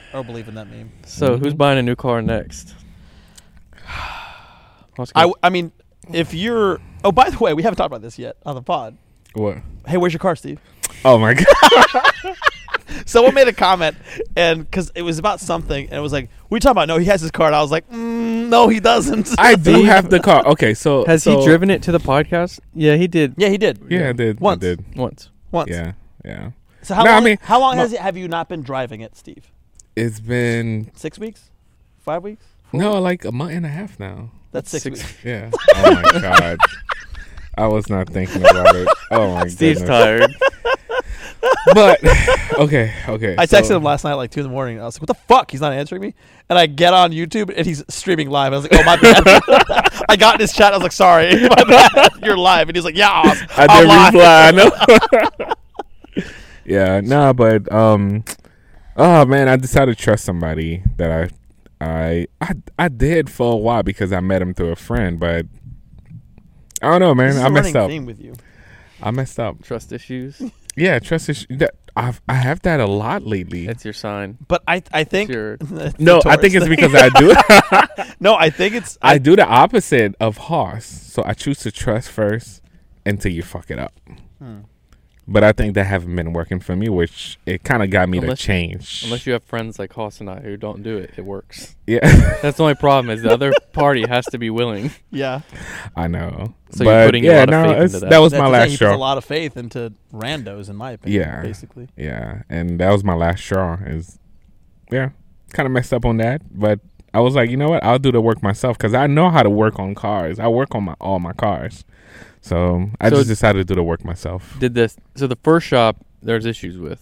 [SPEAKER 3] I don't believe in that meme.
[SPEAKER 1] So who's
[SPEAKER 3] Mm-hmm.
[SPEAKER 2] Mhm.
[SPEAKER 1] buying a new car next? I was
[SPEAKER 3] I,
[SPEAKER 1] gonna-
[SPEAKER 3] w- I mean, if you're. Oh, by the way, we haven't talked about this yet on the pod.
[SPEAKER 2] What?
[SPEAKER 3] Hey, where's your car, Steve?
[SPEAKER 2] Oh my god.
[SPEAKER 3] Someone made a comment, and because it was about something, and it was like, "We talking about?" No, he has his car. And I was like, mm, "No, he doesn't."
[SPEAKER 2] I do have the car. Okay, so
[SPEAKER 1] has
[SPEAKER 2] so-
[SPEAKER 1] he driven it to the podcast? Yeah, he did
[SPEAKER 3] Yeah, he did.
[SPEAKER 2] Yeah, I did.
[SPEAKER 3] Once.
[SPEAKER 2] I did.
[SPEAKER 1] once.
[SPEAKER 3] once.
[SPEAKER 2] Yeah, yeah.
[SPEAKER 3] So how
[SPEAKER 2] No, I
[SPEAKER 3] long?
[SPEAKER 2] mean,
[SPEAKER 3] how long
[SPEAKER 2] my-
[SPEAKER 3] has it, have you not been driving it, Steve?
[SPEAKER 2] It's been
[SPEAKER 3] Six weeks, five weeks?
[SPEAKER 2] no, like a month and a half now.
[SPEAKER 3] That's six,
[SPEAKER 1] Six-
[SPEAKER 3] weeks.
[SPEAKER 2] Yeah. Oh my god. I was not thinking about it. Oh my
[SPEAKER 1] Steve's
[SPEAKER 2] goodness.
[SPEAKER 1] tired.
[SPEAKER 2] but okay, okay.
[SPEAKER 3] I
[SPEAKER 2] so-
[SPEAKER 3] texted him last night at like two in the morning. I was like, "What the fuck?" He's not answering me. And I get on YouTube and he's streaming live. I was like, "Oh my bad." I got in his chat. I was like, "Sorry, my bad. You're live." And he's like, "Yeah, I'm-
[SPEAKER 2] I
[SPEAKER 3] I'm
[SPEAKER 2] did
[SPEAKER 3] live."
[SPEAKER 2] reply. I know. yeah, nah, but um, oh man, I decided to trust somebody that I, I, I, I did for a while because I met him through a friend, but I don't know, man.
[SPEAKER 3] This is
[SPEAKER 2] I
[SPEAKER 3] a
[SPEAKER 2] messed
[SPEAKER 3] running
[SPEAKER 2] up.
[SPEAKER 3] theme with you.
[SPEAKER 2] I messed up.
[SPEAKER 1] Trust issues.
[SPEAKER 2] Yeah, trust is that I've, I have that a lot lately.
[SPEAKER 1] That's your sign.
[SPEAKER 3] But I, I think
[SPEAKER 1] Sure.
[SPEAKER 3] It's
[SPEAKER 2] no,
[SPEAKER 3] the
[SPEAKER 2] I think it's
[SPEAKER 3] Taurus
[SPEAKER 2] because I do.
[SPEAKER 3] thing. no, I think it's
[SPEAKER 2] I do the opposite of Hoss. So I choose to trust first until you fuck it up.
[SPEAKER 3] Hmm.
[SPEAKER 2] But I think that haven't been working for me, which it kind of got me
[SPEAKER 1] Unless-
[SPEAKER 2] to change.
[SPEAKER 1] Unless you have friends like Hoss and I who don't do it, it works.
[SPEAKER 2] yeah,
[SPEAKER 1] That's the only problem is the other party has to be willing.
[SPEAKER 3] yeah.
[SPEAKER 2] I know.
[SPEAKER 1] So you're putting a lot of faith into
[SPEAKER 2] it's-
[SPEAKER 1] that.
[SPEAKER 2] that. was
[SPEAKER 3] That's
[SPEAKER 2] my
[SPEAKER 3] the thing,
[SPEAKER 2] last
[SPEAKER 3] He puts a
[SPEAKER 2] straw.
[SPEAKER 3] lot of faith into randos, in my opinion.
[SPEAKER 2] Yeah.
[SPEAKER 3] basically.
[SPEAKER 2] Yeah, and that was my last straw. Is yeah, kind of messed up on that, but I was like, you know what? I'll do the work myself because I know how to work on cars. I work on my all my cars, so I
[SPEAKER 1] So-
[SPEAKER 2] just decided to do the work myself.
[SPEAKER 1] Did this? So the first shop there's issues with.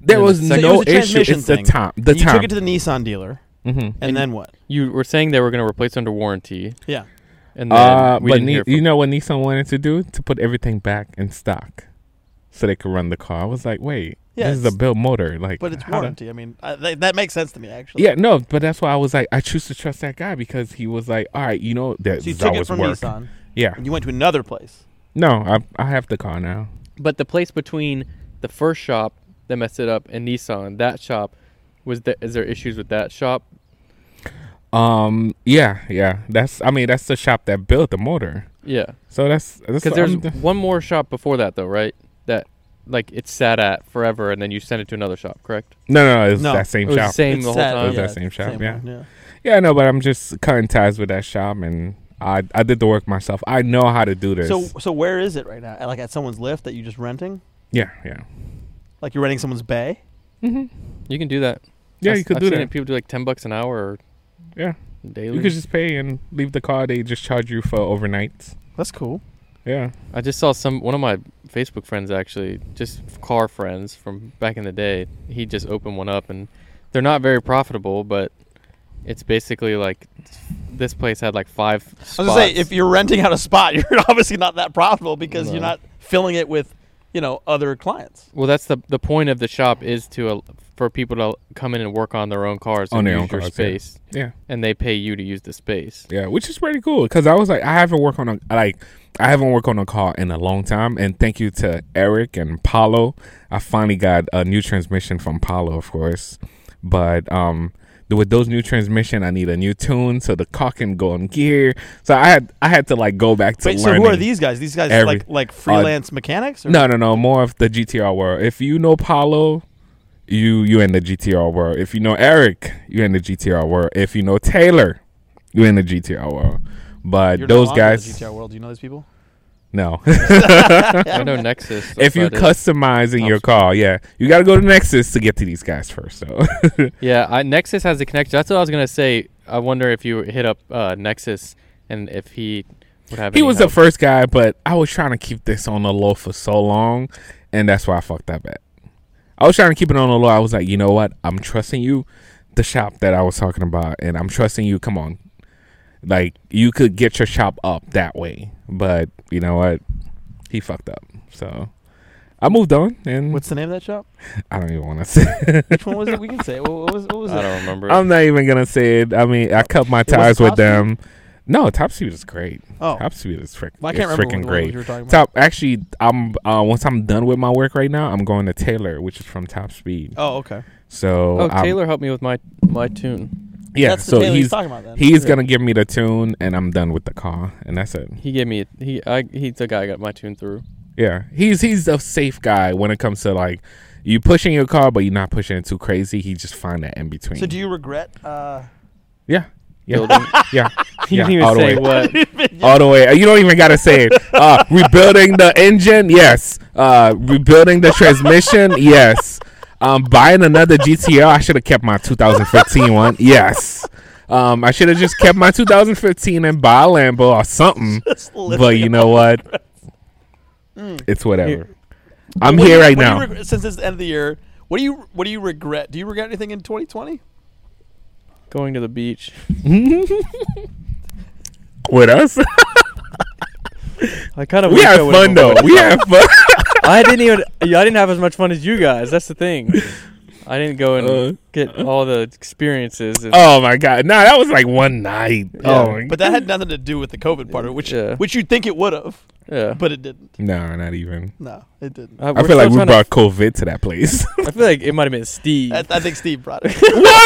[SPEAKER 2] There was
[SPEAKER 3] So it
[SPEAKER 2] no
[SPEAKER 3] was a
[SPEAKER 2] issue.
[SPEAKER 3] transmission
[SPEAKER 2] It's the
[SPEAKER 3] thing.
[SPEAKER 2] time. The
[SPEAKER 3] you
[SPEAKER 2] time.
[SPEAKER 3] took it to the Nissan dealer,
[SPEAKER 2] mm-hmm.
[SPEAKER 3] and, then what?
[SPEAKER 1] You were saying they were going to replace under warranty,
[SPEAKER 3] Yeah,
[SPEAKER 1] and then
[SPEAKER 2] Uh,
[SPEAKER 1] we
[SPEAKER 2] but
[SPEAKER 1] didn't
[SPEAKER 2] Ni-
[SPEAKER 1] hear
[SPEAKER 2] you
[SPEAKER 1] from-
[SPEAKER 2] know what Nissan wanted to do? To put everything back in stock, so they could run the car. I was like, wait,
[SPEAKER 3] Yeah,
[SPEAKER 2] this is a
[SPEAKER 3] it's-
[SPEAKER 2] built motor, like,
[SPEAKER 3] but it's
[SPEAKER 2] how the-
[SPEAKER 3] warranty. I mean, I, that, that makes sense to me actually.
[SPEAKER 2] Yeah, no, but that's why I was like, I choose to trust that guy because he was like, all right, you know,
[SPEAKER 3] So
[SPEAKER 2] that's
[SPEAKER 3] you took
[SPEAKER 2] always
[SPEAKER 3] it from
[SPEAKER 2] work.
[SPEAKER 3] Nissan,
[SPEAKER 2] Yeah,
[SPEAKER 3] and you went to another place.
[SPEAKER 2] no, I I have the car now.
[SPEAKER 1] But the place between the first shop that messed it up and Nissan, that shop, was there, is there issues with that shop?
[SPEAKER 2] Um, yeah, yeah, that's I mean that's the shop that built the motor,
[SPEAKER 1] Yeah,
[SPEAKER 2] so that's that's
[SPEAKER 1] because
[SPEAKER 2] what
[SPEAKER 1] there's
[SPEAKER 2] I'm d-
[SPEAKER 1] one more shop before that though, right? That like it sat at forever, and then you sent it to another shop, correct?
[SPEAKER 2] no no, no it's
[SPEAKER 3] No,
[SPEAKER 2] that
[SPEAKER 1] it
[SPEAKER 2] same
[SPEAKER 1] was
[SPEAKER 2] shop.
[SPEAKER 1] the same
[SPEAKER 3] It's
[SPEAKER 1] the whole
[SPEAKER 3] sad,
[SPEAKER 1] time.
[SPEAKER 2] It was that
[SPEAKER 3] it's
[SPEAKER 2] same
[SPEAKER 3] the
[SPEAKER 2] shop, yeah.
[SPEAKER 3] one, yeah.
[SPEAKER 2] Yeah, no, but I'm just cutting ties with that shop, and I I did the work myself. I know how to do this.
[SPEAKER 3] So so where is it right now? Like at someone's lift that you're just renting?
[SPEAKER 2] yeah, yeah,
[SPEAKER 3] Like you're renting someone's bay?
[SPEAKER 1] You can do that.
[SPEAKER 2] yeah.
[SPEAKER 1] I,
[SPEAKER 2] you could
[SPEAKER 1] have
[SPEAKER 2] do
[SPEAKER 1] seen
[SPEAKER 2] that.
[SPEAKER 1] It, people do like ten bucks an hour. Or
[SPEAKER 2] Yeah.
[SPEAKER 1] daily.
[SPEAKER 2] You could just pay and leave the car. They just charge you for overnights.
[SPEAKER 3] That's cool.
[SPEAKER 2] Yeah.
[SPEAKER 1] I just saw some one of my Facebook friends actually, just car friends from back in the day. He just opened one up, and they're not very profitable, but it's basically like this place had like five. Spots.
[SPEAKER 3] I was gonna say if you're renting out a spot, you're obviously not that profitable because you're
[SPEAKER 1] No.
[SPEAKER 3] not filling it with, you know, other clients.
[SPEAKER 1] well, that's the the point of the shop is to uh, for people to come in and work on their own cars
[SPEAKER 2] On
[SPEAKER 1] and
[SPEAKER 2] their
[SPEAKER 1] use
[SPEAKER 2] own
[SPEAKER 1] your
[SPEAKER 2] cars, yeah.
[SPEAKER 1] space,
[SPEAKER 2] Yeah.
[SPEAKER 1] and they pay you to use the space.
[SPEAKER 2] Yeah, which is pretty cool because I was like, I haven't worked on a like, I haven't worked on a car in a long time, and thank you to Eric and Paulo. I finally got a new transmission from Paulo, of course, but um, with those new transmission, I need a new tune so the car can go in gear. So I had I had to like go back to
[SPEAKER 3] Wait, so
[SPEAKER 2] learning.
[SPEAKER 3] who are these guys? These guys
[SPEAKER 2] Every-
[SPEAKER 3] like like freelance mechanics? Or?
[SPEAKER 2] No, no, no, more of the GTR world. If you know Paulo. You you in the GTR world. If you know Eric, you in the GTR world. If you know Taylor, you in the GTR world. But
[SPEAKER 3] You're no
[SPEAKER 2] those
[SPEAKER 3] longer in
[SPEAKER 2] guys,
[SPEAKER 3] The GTR world. Do you know these people?
[SPEAKER 2] no.
[SPEAKER 1] I know Nexus.
[SPEAKER 2] if
[SPEAKER 1] that's
[SPEAKER 2] you
[SPEAKER 1] what I did.
[SPEAKER 2] customizing your
[SPEAKER 1] Option.
[SPEAKER 2] car, yeah, you got to go to Nexus to get to these guys first. So
[SPEAKER 1] Yeah, I, Nexus has a connection. That's what I was gonna say. I wonder if you hit up uh, Nexus and if he would have.
[SPEAKER 2] he
[SPEAKER 1] any
[SPEAKER 2] was
[SPEAKER 1] help.
[SPEAKER 2] the first guy, but I was trying to keep this on the low for so long, and that's why I fucked up at. I was trying to keep it on the low. I was like, you know what? I'm trusting you, the shop that I was talking about, and I'm trusting you. Come on, like you could get your shop up that way, but you know what? He fucked up, so. I moved on, and
[SPEAKER 3] What's the name of that shop?
[SPEAKER 2] I don't even want to say.
[SPEAKER 3] Which one was it? We can say. it. What, what was what was
[SPEAKER 1] I
[SPEAKER 3] it?
[SPEAKER 1] don't remember.
[SPEAKER 2] I'm not even gonna say it. I mean, I cut my
[SPEAKER 3] wasn't
[SPEAKER 2] ties with
[SPEAKER 3] Top Speed?
[SPEAKER 2] them. No, Top Speed is great.
[SPEAKER 3] Oh,
[SPEAKER 2] Top Speed is frick,
[SPEAKER 3] well, I
[SPEAKER 2] is
[SPEAKER 3] can't remember
[SPEAKER 2] freaking
[SPEAKER 3] what great.
[SPEAKER 2] great.
[SPEAKER 3] you were talking about.
[SPEAKER 2] Top actually, I'm uh, once I'm done with my work right now, I'm going to Taylor, which is from Top Speed.
[SPEAKER 3] Oh, okay.
[SPEAKER 2] So
[SPEAKER 1] oh,
[SPEAKER 2] I'm-
[SPEAKER 1] Taylor helped me with my my tune.
[SPEAKER 2] yeah,
[SPEAKER 3] That's the
[SPEAKER 2] so
[SPEAKER 3] Taylor he's,
[SPEAKER 2] he's
[SPEAKER 3] talking about then.
[SPEAKER 2] he's
[SPEAKER 1] Yeah.
[SPEAKER 2] gonna give me the tune, and I'm done with the car, and that's it.
[SPEAKER 1] He gave me a, he I he's the guy I got my tune through.
[SPEAKER 2] Yeah, he's he's a safe guy when it comes to like you pushing your car, but you're not pushing it too crazy. He just find that in between.
[SPEAKER 3] so do you regret? Uh,
[SPEAKER 2] Yeah, yeah,
[SPEAKER 1] Building.
[SPEAKER 2] yeah.
[SPEAKER 1] He
[SPEAKER 2] yeah,
[SPEAKER 1] didn't even
[SPEAKER 2] all the
[SPEAKER 1] say
[SPEAKER 2] way.
[SPEAKER 1] what.
[SPEAKER 2] all the way. You don't even gotta say it. Uh, rebuilding the engine, yes. Uh, rebuilding the transmission, yes. Um, buying another GTR, I should have kept my 2015 one, yes. Um, I should have just kept my 2015 and buy a Lambo or something.
[SPEAKER 3] just
[SPEAKER 2] But you know what? It's whatever. I'm
[SPEAKER 3] What do
[SPEAKER 2] here
[SPEAKER 3] you-
[SPEAKER 2] right
[SPEAKER 3] what do you
[SPEAKER 2] now.
[SPEAKER 3] reg- since it's the end of the year, what do you what do you regret? Do you regret anything in 2020?
[SPEAKER 1] Going to the beach.
[SPEAKER 2] With us,
[SPEAKER 1] I kind of
[SPEAKER 2] we
[SPEAKER 1] wish I
[SPEAKER 2] have
[SPEAKER 1] would've
[SPEAKER 2] fun though.
[SPEAKER 1] avoided
[SPEAKER 2] We
[SPEAKER 1] that.
[SPEAKER 2] have fun.
[SPEAKER 1] I didn't even. I didn't have as much fun as you guys. That's the thing. I didn't go and
[SPEAKER 2] Uh,
[SPEAKER 1] get all the experiences. and-
[SPEAKER 2] Oh my god! Nah, that was like one night.
[SPEAKER 1] Yeah,
[SPEAKER 2] oh, my
[SPEAKER 3] But that had nothing to do with the COVID part of it, which
[SPEAKER 1] Yeah.
[SPEAKER 3] which you'd think it would have,
[SPEAKER 1] yeah.
[SPEAKER 3] but it didn't.
[SPEAKER 2] no, not even.
[SPEAKER 3] No, it didn't.
[SPEAKER 1] Uh,
[SPEAKER 2] I
[SPEAKER 1] we're
[SPEAKER 2] feel like
[SPEAKER 1] still
[SPEAKER 2] we
[SPEAKER 1] trying to-
[SPEAKER 2] brought COVID to that place.
[SPEAKER 1] I feel like it might have been Steve.
[SPEAKER 3] I, I think Steve brought it.
[SPEAKER 2] what?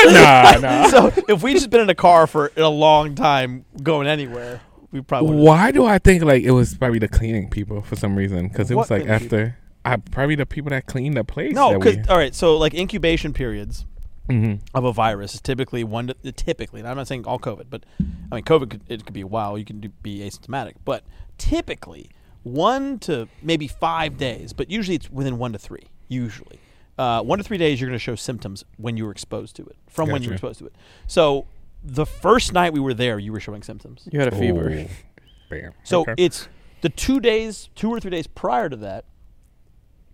[SPEAKER 2] Nah, nah.
[SPEAKER 3] so if we just been in a car for a long time going anywhere, we probably would've-
[SPEAKER 2] Why do I think like it was probably the cleaning people for some reason? Because it was
[SPEAKER 3] What
[SPEAKER 2] like
[SPEAKER 3] cleaning people?
[SPEAKER 2] after I probably the people that cleaned the place.
[SPEAKER 3] no. uh,
[SPEAKER 2] that
[SPEAKER 3] Because
[SPEAKER 2] we-
[SPEAKER 3] all right, so like incubation periods
[SPEAKER 2] Mhm.
[SPEAKER 3] of a virus is typically one to typically. And I'm not saying all COVID, but I mean COVID could, it could be a while. You can do, be asymptomatic, but typically one to maybe five days, but usually it's within one to three. Usually, uh, one to three days you're going to show symptoms when you were exposed to it, from when you were
[SPEAKER 2] Gotcha.
[SPEAKER 3] exposed to it. So the first night we were there, you were showing symptoms.
[SPEAKER 1] you had a fever.
[SPEAKER 2] Ooh. Oh, Damn.
[SPEAKER 3] So
[SPEAKER 2] Okay.
[SPEAKER 3] it's the two days, two or three days prior to that.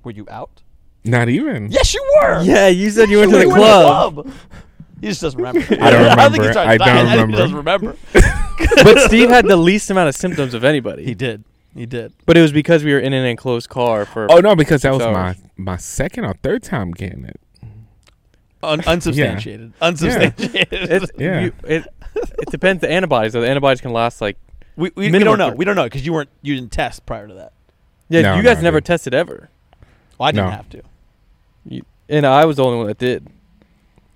[SPEAKER 3] Were you out?
[SPEAKER 2] not even.
[SPEAKER 3] Yes, you were.
[SPEAKER 1] Yeah, you said you went to
[SPEAKER 3] You
[SPEAKER 1] the
[SPEAKER 3] were in
[SPEAKER 1] club.
[SPEAKER 3] club. He just doesn't remember.
[SPEAKER 2] I don't
[SPEAKER 3] I think
[SPEAKER 2] remember.
[SPEAKER 3] he's trying
[SPEAKER 2] I
[SPEAKER 3] to die.
[SPEAKER 2] don't
[SPEAKER 3] I think he
[SPEAKER 2] remember.
[SPEAKER 3] doesn't remember.
[SPEAKER 1] but Steve had the least amount of symptoms of anybody.
[SPEAKER 3] He did. He did.
[SPEAKER 1] But it was because we were in an enclosed car for.
[SPEAKER 2] Oh no, because that was
[SPEAKER 1] Six
[SPEAKER 2] my
[SPEAKER 1] hours.
[SPEAKER 2] my second or third time getting it.
[SPEAKER 3] Un- unsubstantiated. Unsubstantiated.
[SPEAKER 1] It's-
[SPEAKER 2] Yeah.
[SPEAKER 1] you- it, it depends. The antibodies. though. The antibodies can last like.
[SPEAKER 3] we, we, we
[SPEAKER 1] Minimum
[SPEAKER 3] don't know.
[SPEAKER 1] three.
[SPEAKER 3] We don't know because you weren't you didn't test prior to that.
[SPEAKER 1] Yeah,
[SPEAKER 2] No,
[SPEAKER 1] you guys
[SPEAKER 2] no, I
[SPEAKER 1] never
[SPEAKER 2] didn't.
[SPEAKER 1] tested ever,
[SPEAKER 3] Well, I didn't
[SPEAKER 2] No.
[SPEAKER 3] have to.
[SPEAKER 1] and I was the only one that did.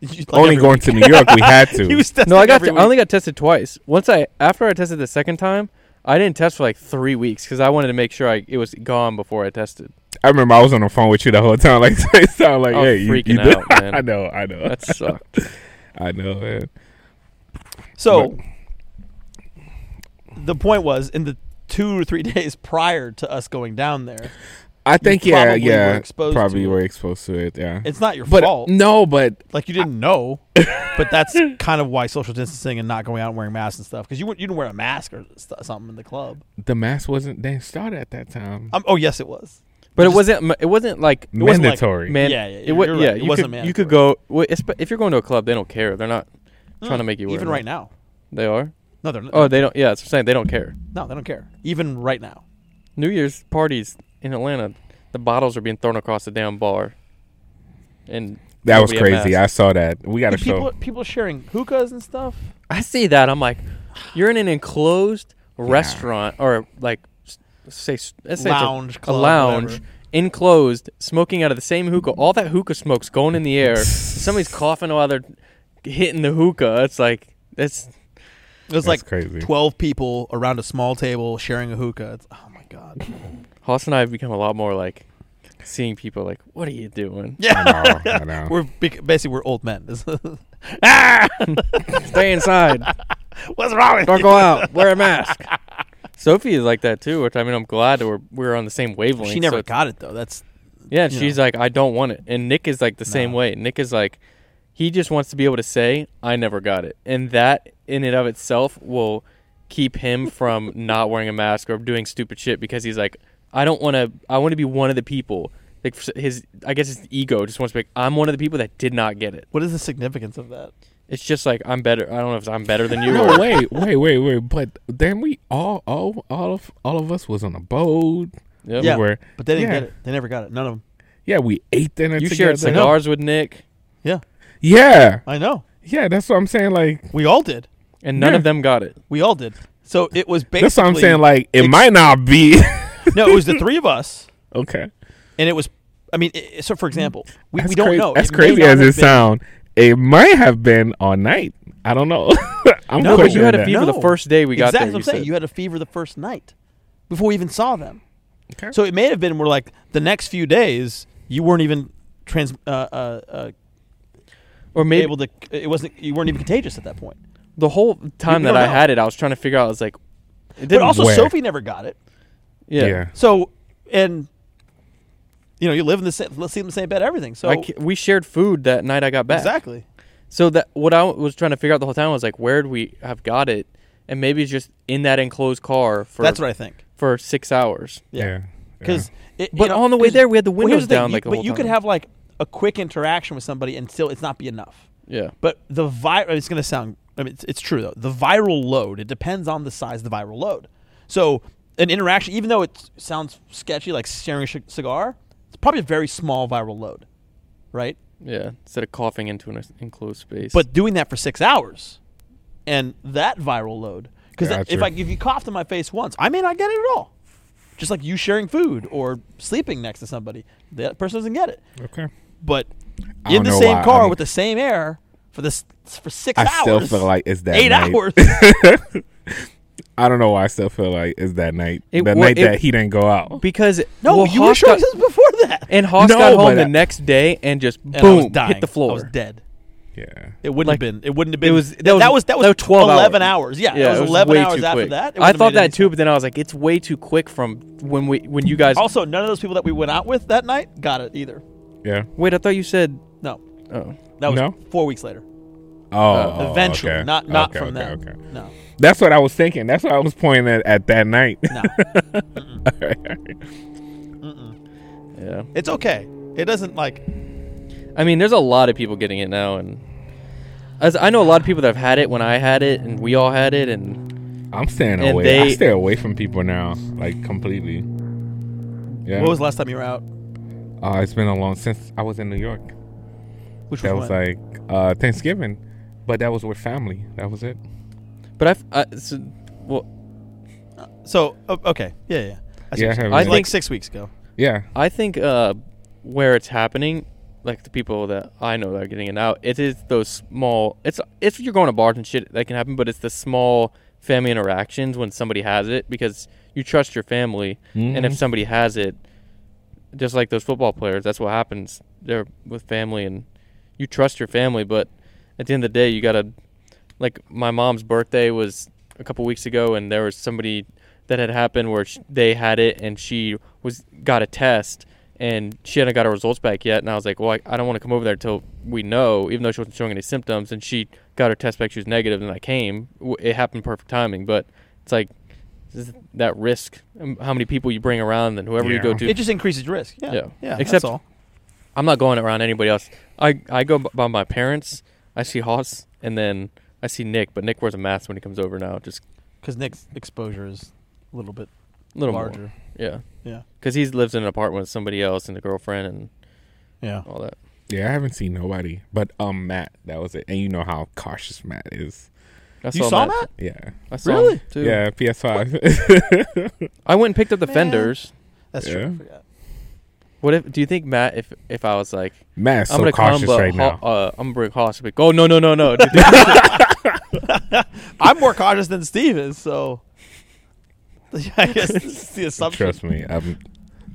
[SPEAKER 3] You- like
[SPEAKER 2] Only
[SPEAKER 3] every
[SPEAKER 2] going
[SPEAKER 3] week.
[SPEAKER 2] to New York, we had to.
[SPEAKER 3] He was testing
[SPEAKER 1] no, I got.
[SPEAKER 3] every
[SPEAKER 1] T- I only
[SPEAKER 3] week.
[SPEAKER 1] got tested twice. Once I after I tested the second time, I didn't test for like three weeks because I wanted to make sure I it was gone before I tested.
[SPEAKER 2] I remember I was on the phone with you the whole time. Like, it sounded like,
[SPEAKER 1] I was
[SPEAKER 2] hey, you,
[SPEAKER 1] freaking
[SPEAKER 2] you did-
[SPEAKER 1] out, man.
[SPEAKER 2] I know, I know,
[SPEAKER 1] That sucked.
[SPEAKER 2] I know, man.
[SPEAKER 3] So the point was in the two or three days prior to us going down there,
[SPEAKER 2] I think, yeah,
[SPEAKER 3] probably were
[SPEAKER 2] yeah,
[SPEAKER 3] exposed
[SPEAKER 2] probably
[SPEAKER 3] to
[SPEAKER 2] were
[SPEAKER 3] it.
[SPEAKER 2] exposed to it, yeah.
[SPEAKER 3] it's not your
[SPEAKER 2] but
[SPEAKER 3] fault.
[SPEAKER 2] no, but
[SPEAKER 3] Like you didn't know, but that's kind of why social distancing and not going out and wearing masks and stuff because you wouldn't- you didn't wear a mask or st- something in the club.
[SPEAKER 2] the mask wasn't then started at that time.
[SPEAKER 3] Um, oh yes, it was.
[SPEAKER 1] But it
[SPEAKER 3] Just-
[SPEAKER 1] wasn't. It wasn't like
[SPEAKER 3] it wasn't like-
[SPEAKER 2] Mandatory.
[SPEAKER 1] man.
[SPEAKER 3] Yeah, yeah,
[SPEAKER 1] it
[SPEAKER 3] you're
[SPEAKER 1] wa-
[SPEAKER 3] right.
[SPEAKER 1] yeah.
[SPEAKER 3] It
[SPEAKER 1] You
[SPEAKER 3] wasn't
[SPEAKER 1] could, you could go wa- esp- if you're going to a club. They don't care. They're not trying to make you wear.
[SPEAKER 3] mm, even
[SPEAKER 1] it.
[SPEAKER 3] right now.
[SPEAKER 1] They are.
[SPEAKER 3] No, they're not.
[SPEAKER 1] Oh, they don't. Yeah, that's what I'm saying. They don't care.
[SPEAKER 3] no, they don't care. Even right now.
[SPEAKER 1] New Year's parties in Atlanta, the bottles are being thrown across the damn bar. And
[SPEAKER 2] that was
[SPEAKER 1] nobody had
[SPEAKER 2] crazy. I
[SPEAKER 1] masks.
[SPEAKER 2] saw that. We got to
[SPEAKER 3] Dude, people
[SPEAKER 2] show.
[SPEAKER 3] people sharing hookahs and stuff.
[SPEAKER 1] I see that. I'm like, you're in an enclosed restaurant or like, s- say, s- let's say it's a-
[SPEAKER 3] Lounge,
[SPEAKER 1] a,
[SPEAKER 3] club,
[SPEAKER 1] lounge,
[SPEAKER 3] whatever.
[SPEAKER 1] enclosed, smoking out of the same hookah. All that hookah smoke's going in the air. Somebody's coughing while they're hitting the hookah. It's like that's
[SPEAKER 3] It was
[SPEAKER 2] That's
[SPEAKER 3] like
[SPEAKER 2] crazy.
[SPEAKER 3] twelve people around a small table sharing a hookah. It's, oh my god.
[SPEAKER 1] Haas and I have become a lot more like seeing people like, what are you doing?
[SPEAKER 3] Yeah,
[SPEAKER 2] I know, I know.
[SPEAKER 3] we're bec- basically we're old men.
[SPEAKER 1] Stay inside.
[SPEAKER 3] What's wrong with
[SPEAKER 1] Don't go out. Wear a mask. Sophie is like that too, which I mean, I'm glad that we're we're on the same wavelength.
[SPEAKER 3] She never
[SPEAKER 1] so-
[SPEAKER 3] got it though. That's
[SPEAKER 1] yeah, and
[SPEAKER 3] you
[SPEAKER 1] she's like, I don't want it. And Nick is like the same
[SPEAKER 3] No.
[SPEAKER 1] way. Nick is like, he just wants to be able to say, I never got it, and that in and of itself will keep him from not wearing a mask or doing stupid shit because he's like, I don't want to. I want to be one of the people. Like his, I guess his ego just wants to be. Like, I'm one of the people that did not get it.
[SPEAKER 3] what is the significance of that?
[SPEAKER 1] It's just like I'm better. I don't know if I'm better than you. or,
[SPEAKER 2] No, wait, wait, wait, wait. But then we all, all, all of, all of us was on a boat.
[SPEAKER 1] Yep.
[SPEAKER 3] Yeah,
[SPEAKER 2] We were,
[SPEAKER 3] But they didn't
[SPEAKER 2] yeah.
[SPEAKER 3] get it. They never got it. None of them.
[SPEAKER 2] Yeah, we ate dinner
[SPEAKER 1] You
[SPEAKER 2] together.
[SPEAKER 1] shared cigars with Nick,
[SPEAKER 3] Yeah,
[SPEAKER 2] Yeah,
[SPEAKER 3] I know.
[SPEAKER 2] yeah. That's what I'm saying. Like,
[SPEAKER 3] We all did.
[SPEAKER 1] and none
[SPEAKER 2] Yeah.
[SPEAKER 1] of them got it.
[SPEAKER 3] We all did. So it was basically.
[SPEAKER 2] that's what I'm saying. Like, it
[SPEAKER 3] ex-
[SPEAKER 2] might not be.
[SPEAKER 3] no, it was the three of us,
[SPEAKER 2] okay.
[SPEAKER 3] and it was. I mean, i so for example, we,
[SPEAKER 2] That's
[SPEAKER 3] we don't
[SPEAKER 2] crazy.
[SPEAKER 3] know.
[SPEAKER 2] That's
[SPEAKER 3] It may
[SPEAKER 2] crazy
[SPEAKER 3] not
[SPEAKER 2] as
[SPEAKER 3] have
[SPEAKER 2] it
[SPEAKER 3] been-
[SPEAKER 2] sound. It might have been all night. I don't know. I'm
[SPEAKER 1] No, but you
[SPEAKER 2] questioning
[SPEAKER 1] had a
[SPEAKER 2] that.
[SPEAKER 1] fever the
[SPEAKER 3] No.
[SPEAKER 1] first day we got
[SPEAKER 3] exactly
[SPEAKER 1] there.
[SPEAKER 3] what I'm
[SPEAKER 1] you
[SPEAKER 3] saying.
[SPEAKER 1] said.
[SPEAKER 3] You had a fever the first night before we even saw them.
[SPEAKER 2] Okay.
[SPEAKER 3] So it may have been we're like the next few days you weren't even trans uh, uh, uh,
[SPEAKER 1] or maybe
[SPEAKER 3] able to. It wasn't you weren't even contagious at that point.
[SPEAKER 1] the whole time
[SPEAKER 3] we
[SPEAKER 1] that
[SPEAKER 3] don't
[SPEAKER 1] I
[SPEAKER 3] know.
[SPEAKER 1] had it, I was trying to figure out. I was like, it
[SPEAKER 3] But
[SPEAKER 1] didn't.
[SPEAKER 3] also
[SPEAKER 2] Where?
[SPEAKER 3] Sophie never got it.
[SPEAKER 1] yeah,
[SPEAKER 3] So and you know you live in the same let's see in the same bed everything. So
[SPEAKER 1] I ca- we shared food that night I got back.
[SPEAKER 3] exactly.
[SPEAKER 1] So that what I was trying to figure out the whole time was like, where would we have got it? And maybe it's just in that enclosed car for
[SPEAKER 3] That's what I think.
[SPEAKER 1] for six hours.
[SPEAKER 2] yeah.
[SPEAKER 3] Yeah. because it
[SPEAKER 1] But
[SPEAKER 3] you know,
[SPEAKER 1] on the way
[SPEAKER 3] 'cause-
[SPEAKER 1] there, we had the
[SPEAKER 3] well,
[SPEAKER 1] windows
[SPEAKER 3] here's thing,
[SPEAKER 1] down
[SPEAKER 3] you-
[SPEAKER 1] like the
[SPEAKER 3] but
[SPEAKER 1] whole
[SPEAKER 3] you could
[SPEAKER 1] time.
[SPEAKER 3] have like a quick interaction with somebody and still it's not be enough.
[SPEAKER 1] Yeah.
[SPEAKER 3] But the viral, it's going to sound, I mean, it's, it's true though. The viral load, it depends on the size of the viral load. So an interaction, even though it sounds sketchy, like sharing a c- cigar, it's probably a very small viral load, right?
[SPEAKER 1] Yeah. Instead of coughing into an enclosed space.
[SPEAKER 3] But doing that for six hours and that viral load, because if
[SPEAKER 2] Gotcha.
[SPEAKER 3] I if you coughed in my face once, I may not get it at all. Just like you sharing food or sleeping next to somebody, that person doesn't get it.
[SPEAKER 2] Okay.
[SPEAKER 3] But
[SPEAKER 2] I
[SPEAKER 3] in
[SPEAKER 2] don't
[SPEAKER 3] the
[SPEAKER 2] know
[SPEAKER 3] same
[SPEAKER 2] why
[SPEAKER 3] car
[SPEAKER 2] I'm-
[SPEAKER 3] with the same air for this for six
[SPEAKER 2] I
[SPEAKER 3] hours,
[SPEAKER 2] still feel like it's that
[SPEAKER 3] eight
[SPEAKER 2] night.
[SPEAKER 3] hours.
[SPEAKER 2] I don't know why I still feel like it's that night.
[SPEAKER 1] It
[SPEAKER 2] the
[SPEAKER 1] wa-
[SPEAKER 2] night
[SPEAKER 1] it-
[SPEAKER 2] that he didn't go
[SPEAKER 3] Oh.
[SPEAKER 2] out.
[SPEAKER 1] because
[SPEAKER 3] No,
[SPEAKER 1] well,
[SPEAKER 3] you were
[SPEAKER 1] Haas
[SPEAKER 3] showing
[SPEAKER 1] got-
[SPEAKER 3] this before that.
[SPEAKER 1] and Haas
[SPEAKER 2] No,
[SPEAKER 1] got
[SPEAKER 2] but
[SPEAKER 1] home the
[SPEAKER 2] I-
[SPEAKER 1] next day and just
[SPEAKER 3] And I was
[SPEAKER 1] boom
[SPEAKER 3] dying.
[SPEAKER 1] hit the floor.
[SPEAKER 3] I was dead.
[SPEAKER 2] Yeah.
[SPEAKER 3] It wouldn't have been. It wouldn't have been.
[SPEAKER 1] It was
[SPEAKER 3] that, that was that was,
[SPEAKER 1] twelve
[SPEAKER 3] eleven hours. Yeah, it was, eleven
[SPEAKER 1] way
[SPEAKER 3] hours
[SPEAKER 1] too
[SPEAKER 3] after
[SPEAKER 1] quick.
[SPEAKER 3] that.
[SPEAKER 1] I
[SPEAKER 3] It wouldn't have
[SPEAKER 1] thought
[SPEAKER 3] made any
[SPEAKER 1] that too,
[SPEAKER 3] sense.
[SPEAKER 1] but then I was like, it's way too quick from when we when you guys.
[SPEAKER 3] Also, none of those people that we went out with that night got it either.
[SPEAKER 2] Yeah.
[SPEAKER 1] Wait, I thought you said.
[SPEAKER 3] No,
[SPEAKER 1] Oh,
[SPEAKER 3] that was
[SPEAKER 2] No?
[SPEAKER 3] four weeks later.
[SPEAKER 2] Oh. oh,
[SPEAKER 3] Uh, Eventually,
[SPEAKER 2] okay.
[SPEAKER 3] not not
[SPEAKER 2] Okay,
[SPEAKER 3] from
[SPEAKER 2] okay,
[SPEAKER 3] them.
[SPEAKER 2] okay.
[SPEAKER 3] No,
[SPEAKER 2] That's what I was thinking. That's what I was pointing at, at that night.
[SPEAKER 3] no,
[SPEAKER 1] yeah.
[SPEAKER 3] it's okay. It doesn't like.
[SPEAKER 1] I mean, there's a lot of people getting it now, and as I know a lot of people that have had it when I had it, and we all had it, and
[SPEAKER 2] I'm staying
[SPEAKER 1] And
[SPEAKER 2] away. I
[SPEAKER 1] they-
[SPEAKER 2] stay away from people now, like completely. Yeah.
[SPEAKER 3] What was the last time you were out?
[SPEAKER 2] uh, it's been a long since I was in New York.
[SPEAKER 3] Which
[SPEAKER 2] That
[SPEAKER 3] was
[SPEAKER 2] was
[SPEAKER 3] when?
[SPEAKER 2] like uh, Thanksgiving, but that was with family. That was it.
[SPEAKER 1] but I've, I so, well,
[SPEAKER 3] so o- okay. Yeah, yeah. I see
[SPEAKER 2] Yeah,
[SPEAKER 3] what you're
[SPEAKER 2] I
[SPEAKER 3] saying.
[SPEAKER 1] haven't-
[SPEAKER 3] like six weeks ago.
[SPEAKER 2] Yeah.
[SPEAKER 1] I think uh, where it's happening, like the people that I know that are getting it now, it is those small. It's if you're going to bars and shit, that can happen, but it's the small family interactions when somebody has it because you trust your family, and if
[SPEAKER 2] Mhm.
[SPEAKER 1] somebody has it, just like those football players, that's what happens. They're with family, and you trust your family, but at the end of the day, you gotta. Like my mom's birthday was a couple weeks ago, and there was somebody that had happened where sh they had it, and she was got a test, and she hadn't got her results back yet. And I was like, well, I, I don't want to come over there until we know, even though she wasn't showing any symptoms. And she got her test back; she was negative, and I came. W- It happened perfect timing, but it's like this is that risk. um, How many people you bring around, and whoever you go
[SPEAKER 2] Yeah.
[SPEAKER 1] to,
[SPEAKER 3] It just increases risk. Yeah,
[SPEAKER 1] Yeah.
[SPEAKER 3] yeah. Except
[SPEAKER 1] Except-
[SPEAKER 3] that's all.
[SPEAKER 1] I'm not going around anybody else. I I go b- by my parents. I see Haas, and then I see Nick. But Nick wears a mask when he comes over now, just
[SPEAKER 3] because Nick's exposure is a little bit
[SPEAKER 1] a little
[SPEAKER 3] larger.
[SPEAKER 1] more. Yeah,
[SPEAKER 3] Yeah,
[SPEAKER 1] because he lives in an apartment with somebody else and a girlfriend and
[SPEAKER 3] yeah.
[SPEAKER 1] all that.
[SPEAKER 2] Yeah, I haven't seen nobody, but um, Matt. That was it. And you know how cautious Matt is.
[SPEAKER 1] I
[SPEAKER 3] you saw that?
[SPEAKER 2] Yeah.
[SPEAKER 1] I saw
[SPEAKER 3] Really?
[SPEAKER 1] him, too.
[SPEAKER 2] Yeah. PS5.
[SPEAKER 1] I went and picked up the
[SPEAKER 3] Man.
[SPEAKER 1] fenders.
[SPEAKER 3] That's
[SPEAKER 2] Yeah.
[SPEAKER 3] true. I forgot.
[SPEAKER 1] What if? Do you think Matt? If if I was like,
[SPEAKER 2] Matt's
[SPEAKER 1] I'm
[SPEAKER 2] so
[SPEAKER 1] gonna come,
[SPEAKER 2] cautious
[SPEAKER 1] but
[SPEAKER 2] right
[SPEAKER 1] ha-
[SPEAKER 2] now.
[SPEAKER 1] uh, I'm gonna bring Haas. But oh no no no no!
[SPEAKER 3] I'm more cautious than Steve is, so I guess this is the assumption
[SPEAKER 2] Trust me, I'm.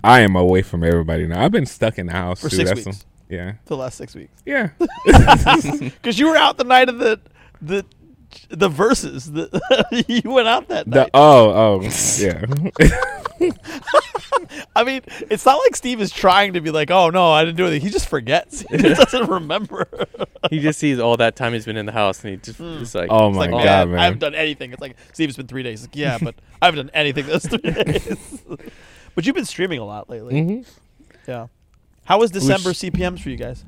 [SPEAKER 2] I am away from everybody now. I've been stuck in the house
[SPEAKER 3] for
[SPEAKER 2] too.
[SPEAKER 3] six
[SPEAKER 2] That's
[SPEAKER 3] weeks.
[SPEAKER 2] a- yeah.
[SPEAKER 3] The last six weeks,
[SPEAKER 2] Yeah.
[SPEAKER 3] because you were out the night of the the the verses. The, you went out that
[SPEAKER 2] The
[SPEAKER 3] night.
[SPEAKER 2] oh oh yeah.
[SPEAKER 3] I mean, it's not like Steve is trying to be like, "Oh no, I didn't do anything." He just forgets. He just doesn't remember.
[SPEAKER 1] he just sees all that time he's been in the house, and he just it's like,
[SPEAKER 2] Oh
[SPEAKER 3] It's
[SPEAKER 2] my
[SPEAKER 3] like,
[SPEAKER 2] god,
[SPEAKER 3] "Yeah,
[SPEAKER 2] man.
[SPEAKER 3] I haven't done anything. It's like Steve. It's been three days. Like, yeah, but I haven't done anything those three days. but you've been streaming a lot lately.
[SPEAKER 2] Mhm.
[SPEAKER 3] Yeah. How was December
[SPEAKER 2] Which-
[SPEAKER 3] CPMS for you guys?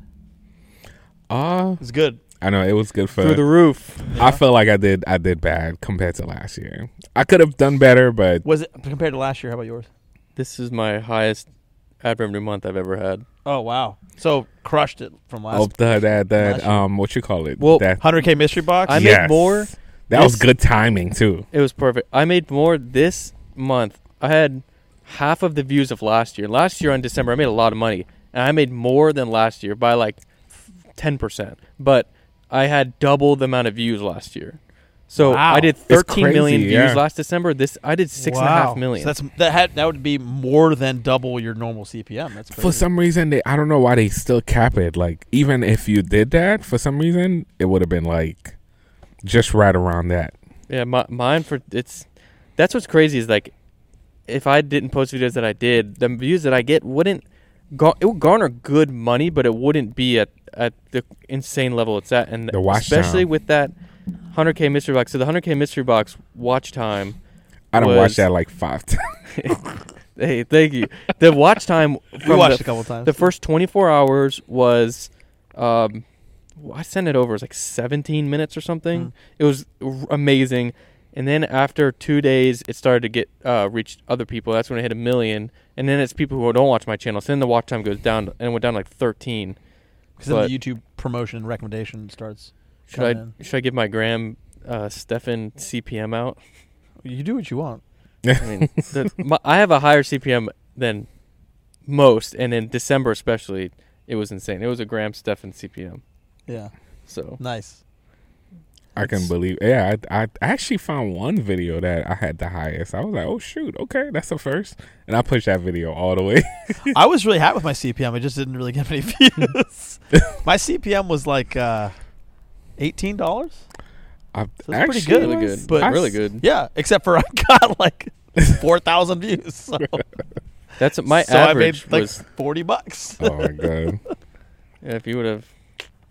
[SPEAKER 2] Uh,
[SPEAKER 3] It's good.
[SPEAKER 2] I know it was good for.
[SPEAKER 1] through the roof.
[SPEAKER 2] I feel like I did. I did bad compared to last year. I could have done better, but
[SPEAKER 3] Was it compared to last year? How about yours?
[SPEAKER 1] This is my highest ad revenue month I've ever had.
[SPEAKER 3] Oh wow! So crushed it from last.
[SPEAKER 2] oh, the, that
[SPEAKER 3] last
[SPEAKER 2] that
[SPEAKER 3] year.
[SPEAKER 2] um, what you call it?
[SPEAKER 1] Well,
[SPEAKER 2] that,
[SPEAKER 3] 100k mystery box.
[SPEAKER 1] I made
[SPEAKER 2] yes.
[SPEAKER 1] more
[SPEAKER 2] That was
[SPEAKER 1] this-
[SPEAKER 2] good timing too.
[SPEAKER 1] It was perfect. I made more this month. I had half of the views of last year. Last year on December, I made a lot of money, and I made more than last year by like ten percent. But I had double the amount of views last year. So
[SPEAKER 3] Wow.
[SPEAKER 1] I did
[SPEAKER 2] It's
[SPEAKER 1] thirteen million
[SPEAKER 2] crazy,
[SPEAKER 1] views
[SPEAKER 2] yeah.
[SPEAKER 1] last December. This I did six and a half million.
[SPEAKER 3] So that's that had that would be more than double your normal CPM. That's crazy.
[SPEAKER 2] For some reason, they I don't know why they still cap it. Like even if you did that, for some reason, it would have been like just right around that.
[SPEAKER 1] Yeah, my, mine for it's. That's what's crazy is like, if I didn't post videos that I did, the views that I get wouldn't. Gar- it would garner good money, but it wouldn't be at at the insane level it's at, and
[SPEAKER 2] The watch
[SPEAKER 1] especially
[SPEAKER 2] time.
[SPEAKER 1] with that 100k mystery box. So the 100k mystery box watch time
[SPEAKER 2] I don't
[SPEAKER 1] Was-
[SPEAKER 2] watch that like five times.
[SPEAKER 1] Hey, thank you. The watch time
[SPEAKER 3] We
[SPEAKER 1] from
[SPEAKER 3] watched
[SPEAKER 1] the,
[SPEAKER 3] a couple times.
[SPEAKER 1] the first 24 hours was, um, I sent it over. It was like 17 minutes or something.
[SPEAKER 3] Mm.
[SPEAKER 1] It was r- amazing. And then after two days, it started to get uh, reach other people. That's when it hit a million. And then it's people who don't watch my channel. So then the watch time goes down and it went down to like 13.
[SPEAKER 3] Because then
[SPEAKER 1] but-
[SPEAKER 3] the YouTube promotion and recommendation starts.
[SPEAKER 1] Should I
[SPEAKER 3] Kinda.
[SPEAKER 1] should I give my Graham uh, Stefan CPM out?
[SPEAKER 3] You do what you want.
[SPEAKER 1] I mean, the, my, I have a higher CPM than most, and in December especially, it was insane. It was a Graham Stefan CPM.
[SPEAKER 3] Yeah.
[SPEAKER 1] So
[SPEAKER 3] Nice.
[SPEAKER 2] I can believe. Yeah, I, I actually found one video that I had the highest. I was like, oh shoot, okay, that's the first, and I pushed that video all the way.
[SPEAKER 3] I was really happy with my CPM. I just didn't really get many views. my CPM was like uh, eighteen dollars.
[SPEAKER 2] I
[SPEAKER 3] So it's pretty
[SPEAKER 2] actually
[SPEAKER 3] good.
[SPEAKER 1] really
[SPEAKER 2] was-
[SPEAKER 1] good,
[SPEAKER 3] but-
[SPEAKER 1] but
[SPEAKER 2] I
[SPEAKER 1] really
[SPEAKER 2] s-
[SPEAKER 1] good.
[SPEAKER 3] Yeah, except for I got like four thousand views. So,
[SPEAKER 1] That's my
[SPEAKER 3] so
[SPEAKER 1] average
[SPEAKER 3] I made like
[SPEAKER 1] was.
[SPEAKER 3] forty bucks.
[SPEAKER 2] Oh my god.
[SPEAKER 1] yeah, if you would have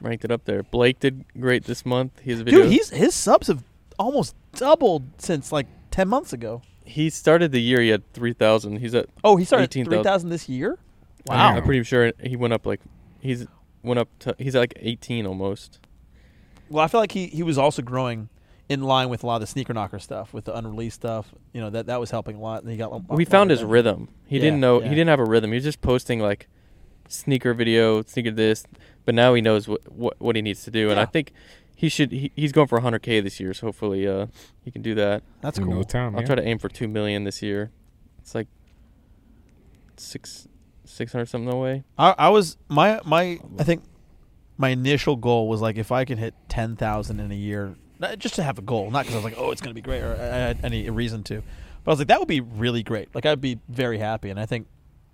[SPEAKER 1] ranked it up there, Blake did great this month. He has a video.
[SPEAKER 3] Dude, he's his subs have almost doubled since like ten months ago.
[SPEAKER 1] he started the year he had three thousand. He's at
[SPEAKER 3] Oh, he started three
[SPEAKER 1] 18,000.
[SPEAKER 3] thousand this year.
[SPEAKER 2] Wow.
[SPEAKER 1] I'm pretty sure he went up like he's went up to he's at like eighteen almost.
[SPEAKER 3] Well, I feel like he, he was also growing in line with a lot of the sneaker knocker stuff, with the unreleased stuff. You know that that was helping a lot. And he got a lot
[SPEAKER 1] we found
[SPEAKER 3] more
[SPEAKER 1] his
[SPEAKER 3] done.
[SPEAKER 1] rhythm. He
[SPEAKER 3] Yeah,
[SPEAKER 1] didn't know
[SPEAKER 3] yeah.
[SPEAKER 1] he didn't have a rhythm. He was just posting like sneaker video, sneaker this, but now he knows what what, what he needs to do. And I
[SPEAKER 3] Yeah.
[SPEAKER 1] think he should. He, he's going for 100k this year, so hopefully uh he can do that.
[SPEAKER 3] That's
[SPEAKER 2] In
[SPEAKER 3] cool.
[SPEAKER 2] No time.
[SPEAKER 1] I'll
[SPEAKER 2] yeah.
[SPEAKER 1] try to aim for two million this year. It's like six six hundred something away.
[SPEAKER 3] I, I was my my I think my initial goal was like if I could hit ten thousand in a year, not- just to have a goal, not because I was like, oh, it's gonna be great, or I I had any reason to, but I was like, that would be really great. Like I'd be very happy, and I think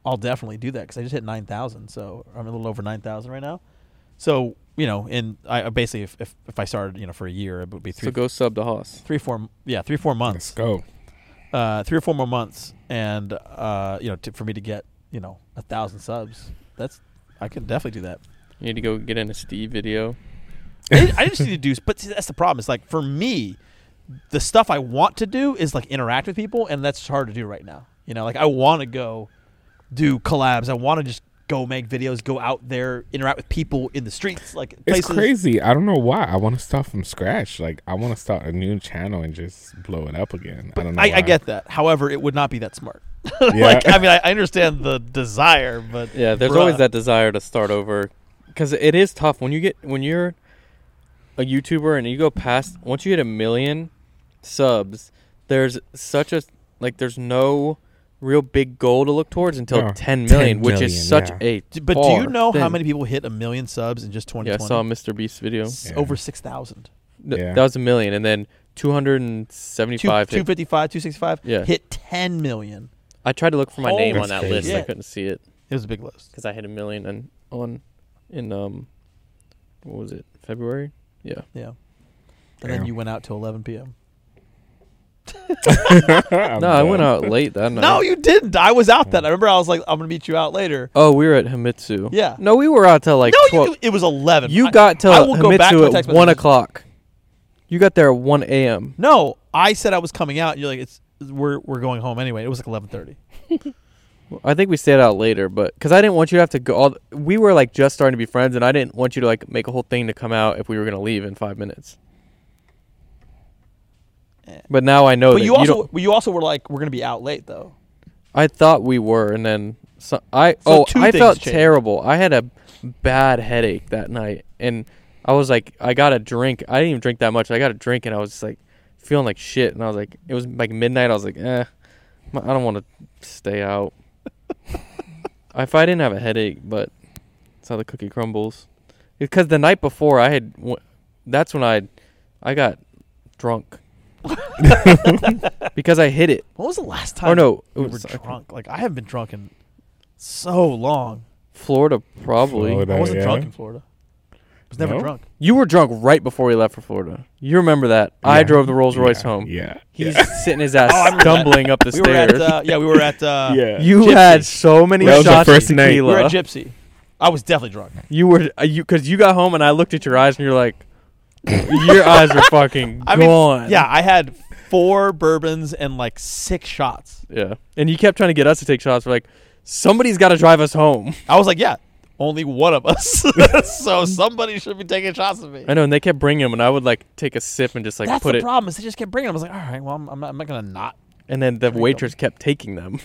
[SPEAKER 3] I'll definitely do that because I just hit nine thousand, so I'm a little over nine thousand right now. So you know, and I I basically if, if if I started you know for a year, it would be three
[SPEAKER 1] So go sub to Haas.
[SPEAKER 3] three four yeah three four
[SPEAKER 2] Let's
[SPEAKER 3] months,
[SPEAKER 2] go.
[SPEAKER 3] uh, three or four more months, and uh, you know to, for me to get you know a thousand subs, that's I can definitely do that.
[SPEAKER 1] You need to go get in a Steve video.
[SPEAKER 3] I, I just need to do, but see, that's the problem. It's like for me, the stuff I want to do is like interact with people, and that's hard to do right now. You know, like I want to go do collabs. I want to just go make videos, go out there, interact with people in the streets, like
[SPEAKER 2] It's
[SPEAKER 3] places.
[SPEAKER 2] crazy. I don't know why. I want to start from scratch. Like I want to start a new channel and just blow it up again. I don't know.
[SPEAKER 3] I,
[SPEAKER 2] why.
[SPEAKER 3] I get that. However, it would not be that smart.
[SPEAKER 2] Yeah.
[SPEAKER 3] like I mean, I, I understand the desire, but
[SPEAKER 1] Yeah, there's
[SPEAKER 3] bruh.
[SPEAKER 1] always that desire to start over because it is tough when you get when you're a YouTuber and you go past once you hit a million subs. There's such a like there's no real big goal to look towards until
[SPEAKER 2] No,
[SPEAKER 1] 10 million,
[SPEAKER 2] 10
[SPEAKER 1] which
[SPEAKER 2] million,
[SPEAKER 1] is such
[SPEAKER 2] yeah.
[SPEAKER 1] a
[SPEAKER 3] D- But do you
[SPEAKER 1] far
[SPEAKER 3] know how
[SPEAKER 1] thing.
[SPEAKER 3] many people hit a million subs in just
[SPEAKER 1] Yeah, I
[SPEAKER 3] 2020?
[SPEAKER 1] saw a Mr. Beast video.
[SPEAKER 3] S-
[SPEAKER 2] Yeah.
[SPEAKER 3] Over 6,000.
[SPEAKER 1] Th-
[SPEAKER 2] Yeah.
[SPEAKER 1] That was a million, and then
[SPEAKER 3] Two-
[SPEAKER 1] 275. hit.
[SPEAKER 3] 255, 265
[SPEAKER 1] Yeah.
[SPEAKER 3] hit 10 million.
[SPEAKER 1] I tried to look for my
[SPEAKER 3] Holy
[SPEAKER 1] name on
[SPEAKER 2] That's
[SPEAKER 1] that
[SPEAKER 2] crazy.
[SPEAKER 1] list. I
[SPEAKER 3] shit.
[SPEAKER 1] couldn't see it
[SPEAKER 3] It was a big list.
[SPEAKER 1] because I hit a million and on in um what was it February? Yeah.
[SPEAKER 3] Yeah. And
[SPEAKER 2] Damn.
[SPEAKER 3] then you went out till 11 p.m.
[SPEAKER 1] no, I went out late that night.
[SPEAKER 3] No, you didn't. I was out then. I remember I was like, I'm going to meet you out later.
[SPEAKER 1] Oh, we were at Himitsu.
[SPEAKER 3] Yeah.
[SPEAKER 1] No, we were out till like
[SPEAKER 3] no, you,
[SPEAKER 1] twelve.
[SPEAKER 3] did- it was 11.
[SPEAKER 1] You,
[SPEAKER 3] I-
[SPEAKER 1] got till
[SPEAKER 3] I will go back to my
[SPEAKER 1] Himitsu at
[SPEAKER 3] text
[SPEAKER 1] one
[SPEAKER 3] messages.
[SPEAKER 1] o'clock. You got there at one a.m.
[SPEAKER 3] No, I said I was coming out. And you're like, it's we're we're going home anyway. It was like 11:30.
[SPEAKER 1] I think we stayed out later, but because I didn't want you to have to go. All we were like just starting to be friends, and I didn't want you to like make a whole thing to come out if we were gonna leave in five minutes.
[SPEAKER 3] Eh.
[SPEAKER 1] But now I know
[SPEAKER 3] but
[SPEAKER 1] that
[SPEAKER 3] you also
[SPEAKER 1] Oh, don't-
[SPEAKER 3] but you also were like, we're going to be out late though.
[SPEAKER 1] I thought we were, and then so, I
[SPEAKER 3] So
[SPEAKER 1] oh
[SPEAKER 3] two
[SPEAKER 1] I
[SPEAKER 3] things
[SPEAKER 1] felt
[SPEAKER 3] changed.
[SPEAKER 1] terrible. I had a bad headache that night, and I was like, I got a drink. I didn't even drink that much. I got a drink, and I was just like feeling like shit. And I was like, it was like midnight. I was like, eh, m- I don't want to stay out. if I didn't have a headache, but that's how the cookie crumbles. Because the night before, I had w- that's when I I got drunk because I hit it.
[SPEAKER 3] When was the last time
[SPEAKER 1] Or Oh, no, it
[SPEAKER 3] we were
[SPEAKER 1] was-
[SPEAKER 3] drunk? Like I haven't been drunk in so long.
[SPEAKER 1] Florida probably.
[SPEAKER 2] Florida.
[SPEAKER 3] I wasn't
[SPEAKER 2] yeah.
[SPEAKER 3] drunk in Florida. I was never
[SPEAKER 2] No?
[SPEAKER 3] drunk.
[SPEAKER 1] You were drunk right before we left for Florida. You remember that? I
[SPEAKER 2] Yeah.
[SPEAKER 1] drove the Rolls Royce
[SPEAKER 2] Yeah,
[SPEAKER 1] home.
[SPEAKER 2] Yeah.
[SPEAKER 1] He's
[SPEAKER 2] yeah.
[SPEAKER 1] sitting his ass
[SPEAKER 3] Oh, I remember
[SPEAKER 1] stumbling up the
[SPEAKER 3] we
[SPEAKER 1] stairs.
[SPEAKER 3] were at uh, yeah, we were at uh,
[SPEAKER 2] yeah.
[SPEAKER 1] you
[SPEAKER 3] Gypsy.
[SPEAKER 1] had so many
[SPEAKER 2] That was the
[SPEAKER 1] shots
[SPEAKER 2] first
[SPEAKER 1] of
[SPEAKER 2] night.
[SPEAKER 3] we were
[SPEAKER 1] tequila.
[SPEAKER 3] at Gypsy. I was definitely drunk.
[SPEAKER 1] you were uh, you because you got home and I looked at your eyes and you're like, your eyes are fucking
[SPEAKER 3] I mean,
[SPEAKER 1] gone.
[SPEAKER 3] yeah, I had four bourbons and like six shots.
[SPEAKER 1] Yeah. And you kept trying to get us to take shots. We're like, somebody's got to drive us home.
[SPEAKER 3] I was like, yeah, only one of us. so somebody should be taking shots of me.
[SPEAKER 1] I know. And they kept bringing them, and I would like take a sip and just like
[SPEAKER 3] That's
[SPEAKER 1] put
[SPEAKER 3] the
[SPEAKER 1] it.
[SPEAKER 3] problem is they just kept bringing. Them. I was like, all right, well, I'm, I'm, not, I'm not gonna not.
[SPEAKER 1] And then the
[SPEAKER 3] them.
[SPEAKER 1] waitress kept taking them.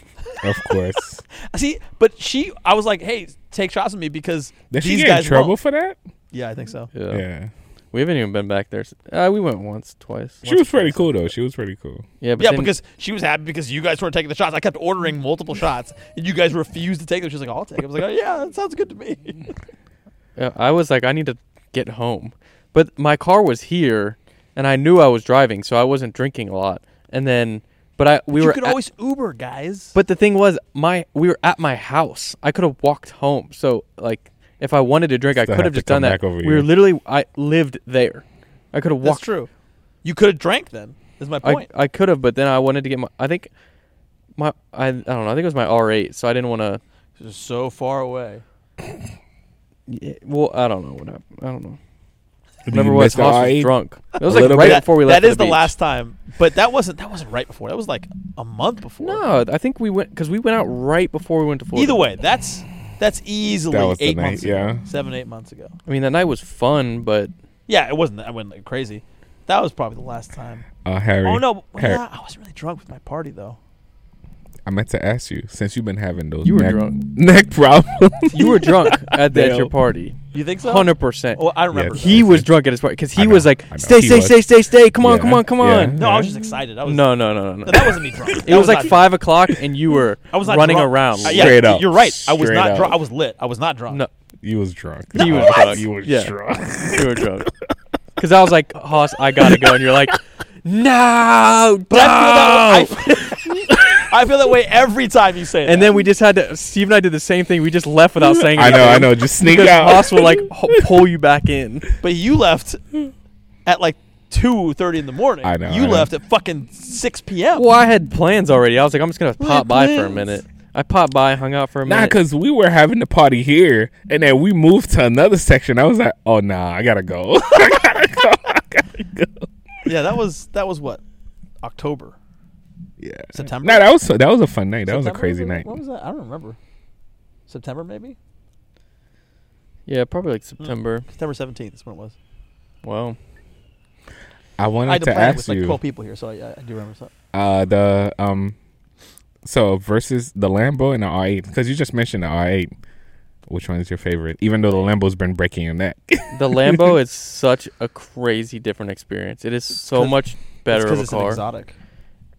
[SPEAKER 2] Of course.
[SPEAKER 3] See, but she, I was like, hey, take shots of me because
[SPEAKER 2] Did
[SPEAKER 3] these
[SPEAKER 2] she get
[SPEAKER 3] guys
[SPEAKER 2] in trouble
[SPEAKER 3] won't.
[SPEAKER 2] for that?
[SPEAKER 3] Yeah, I think so.
[SPEAKER 1] Yeah.
[SPEAKER 2] Yeah.
[SPEAKER 1] We haven't even been back there. s- Uh, we went once, twice.
[SPEAKER 2] She was pretty cool though. She was pretty cool.
[SPEAKER 1] Yeah, but
[SPEAKER 3] yeah,
[SPEAKER 1] then-
[SPEAKER 3] because she was happy because you guys weren't taking the shots. I kept ordering multiple shots, and you guys refused to take them. She's like, "I'll take." Them. I was like, "Oh yeah, that sounds good to me."
[SPEAKER 1] Uh, I was like, I need to get home. But my car was here, and I knew I was driving, so I wasn't drinking a lot. And then, but I we
[SPEAKER 3] you
[SPEAKER 1] were.
[SPEAKER 3] could
[SPEAKER 1] at-
[SPEAKER 3] always Uber, guys.
[SPEAKER 1] but the thing was, my we were at my house. I could have walked home. So like, if I wanted to drink, I
[SPEAKER 2] Still
[SPEAKER 1] could have
[SPEAKER 2] have to
[SPEAKER 1] just done
[SPEAKER 2] come
[SPEAKER 1] that.
[SPEAKER 2] back over
[SPEAKER 1] we
[SPEAKER 2] here.
[SPEAKER 1] were literally. I lived there. I could have
[SPEAKER 3] that's
[SPEAKER 1] walked.
[SPEAKER 3] true. You could have drank then. Is my
[SPEAKER 1] I
[SPEAKER 3] point.
[SPEAKER 1] I could have, but then I wanted to get my. I think. My I I don't know. I think it was my R eight, so I didn't want to.
[SPEAKER 3] This is so far away.
[SPEAKER 1] Yeah, well, I don't know what happened. I don't know.
[SPEAKER 2] You
[SPEAKER 1] Whatever it was,
[SPEAKER 2] missed the
[SPEAKER 1] Haas
[SPEAKER 2] RE?
[SPEAKER 1] was drunk. It was
[SPEAKER 2] A
[SPEAKER 1] like
[SPEAKER 2] little
[SPEAKER 1] right
[SPEAKER 2] bit.
[SPEAKER 1] before we left.
[SPEAKER 3] That
[SPEAKER 1] for
[SPEAKER 3] is the
[SPEAKER 1] beach.
[SPEAKER 3] last time, but that wasn't that wasn't right before. That was like a month before.
[SPEAKER 1] No, I think we went because we went out right before we went to Florida.
[SPEAKER 3] Either way, that's that's easily
[SPEAKER 2] That was the
[SPEAKER 3] eight
[SPEAKER 2] night,
[SPEAKER 3] months ago.
[SPEAKER 2] yeah.
[SPEAKER 3] Seven, eight months ago.
[SPEAKER 1] I mean that night was fun, but
[SPEAKER 3] Yeah, it wasn't I went like crazy. That was probably the last time.
[SPEAKER 2] Uh, Harry.
[SPEAKER 3] Oh no,
[SPEAKER 2] Harry,
[SPEAKER 3] yeah, I was really drunk with my party though.
[SPEAKER 2] I meant to ask you since you've been having those
[SPEAKER 1] You were
[SPEAKER 2] neck,
[SPEAKER 1] drunk.
[SPEAKER 2] neck problems.
[SPEAKER 1] you were drunk at, the, at
[SPEAKER 2] Yeah.
[SPEAKER 1] your party,
[SPEAKER 3] You think so?
[SPEAKER 1] hundred percent.
[SPEAKER 3] Well, I remember.
[SPEAKER 2] Yes.
[SPEAKER 1] He was drunk at his party because
[SPEAKER 2] I
[SPEAKER 1] he
[SPEAKER 2] know,
[SPEAKER 1] was like,
[SPEAKER 2] I know.
[SPEAKER 1] "Stay,
[SPEAKER 2] He
[SPEAKER 1] stay,
[SPEAKER 2] was.
[SPEAKER 1] stay, stay, stay! Come on,
[SPEAKER 2] Yeah,
[SPEAKER 1] come on, come on!"
[SPEAKER 2] yeah.
[SPEAKER 3] No, I was just excited. I was
[SPEAKER 1] No, no, no, no,
[SPEAKER 3] No,
[SPEAKER 1] no.
[SPEAKER 3] that wasn't me drunk.
[SPEAKER 1] It was
[SPEAKER 3] That
[SPEAKER 1] like
[SPEAKER 3] not-
[SPEAKER 1] five o'clock, and you were
[SPEAKER 3] I was not
[SPEAKER 1] running
[SPEAKER 3] drunk.
[SPEAKER 1] around.
[SPEAKER 3] Uh, yeah,
[SPEAKER 2] Straight up.
[SPEAKER 3] You're right. I was
[SPEAKER 2] Straight
[SPEAKER 3] not
[SPEAKER 2] up.
[SPEAKER 3] drunk. I was lit. I was not drunk.
[SPEAKER 1] No,
[SPEAKER 2] you was drunk.
[SPEAKER 1] He
[SPEAKER 2] No,
[SPEAKER 1] was drunk.
[SPEAKER 2] You were
[SPEAKER 1] Yeah.
[SPEAKER 2] drunk.
[SPEAKER 1] you were drunk. Because I was like, "Hoss, I gotta go," and you're like, "No,
[SPEAKER 3] But I
[SPEAKER 1] no!"
[SPEAKER 3] feel that way. I, I feel that way every time you say it.
[SPEAKER 1] And then we just had to. Steve and I did the same thing. We just left without saying.
[SPEAKER 2] I know.
[SPEAKER 1] anything.
[SPEAKER 2] I know. Just sneak
[SPEAKER 1] Because
[SPEAKER 2] out.
[SPEAKER 1] Hoss will like h- pull you back in.
[SPEAKER 3] but you left at like two thirty in the morning.
[SPEAKER 2] I know,
[SPEAKER 3] You
[SPEAKER 2] I know.
[SPEAKER 3] left at fucking six p.m.
[SPEAKER 1] Well, I had plans already. I was like, I'm just gonna
[SPEAKER 3] We
[SPEAKER 1] pop
[SPEAKER 3] had
[SPEAKER 1] by for a
[SPEAKER 3] plans.
[SPEAKER 1] minute. I popped by, hung out for a
[SPEAKER 2] Nah,
[SPEAKER 1] minute.
[SPEAKER 2] because we were having the party here, and then we moved to another section. I was like, "Oh nah, I gotta go."
[SPEAKER 3] Yeah, that was that was what October,
[SPEAKER 2] yeah.
[SPEAKER 3] September.
[SPEAKER 2] Nah, that was that was a fun night. That was a
[SPEAKER 3] September?
[SPEAKER 2] crazy
[SPEAKER 3] What-
[SPEAKER 2] night.
[SPEAKER 3] What was that? I don't remember. September maybe.
[SPEAKER 1] yeah, probably like September.
[SPEAKER 3] September seventeenth is when it was.
[SPEAKER 1] Wow.
[SPEAKER 2] I
[SPEAKER 3] I had
[SPEAKER 2] wanted
[SPEAKER 3] to
[SPEAKER 2] to
[SPEAKER 3] plan it
[SPEAKER 2] ask
[SPEAKER 3] with like
[SPEAKER 2] you.
[SPEAKER 3] twelve people here, so I, I do remember something.
[SPEAKER 2] Uh, the um, so versus the Lambo and the R8 because you just mentioned the R8. Which one is your favorite? Even though the Lambo's been breaking your neck,
[SPEAKER 1] The Lambo is such a crazy different experience. It is so
[SPEAKER 3] 'Cause-
[SPEAKER 1] much better of a
[SPEAKER 3] it's
[SPEAKER 1] car.
[SPEAKER 3] exotic.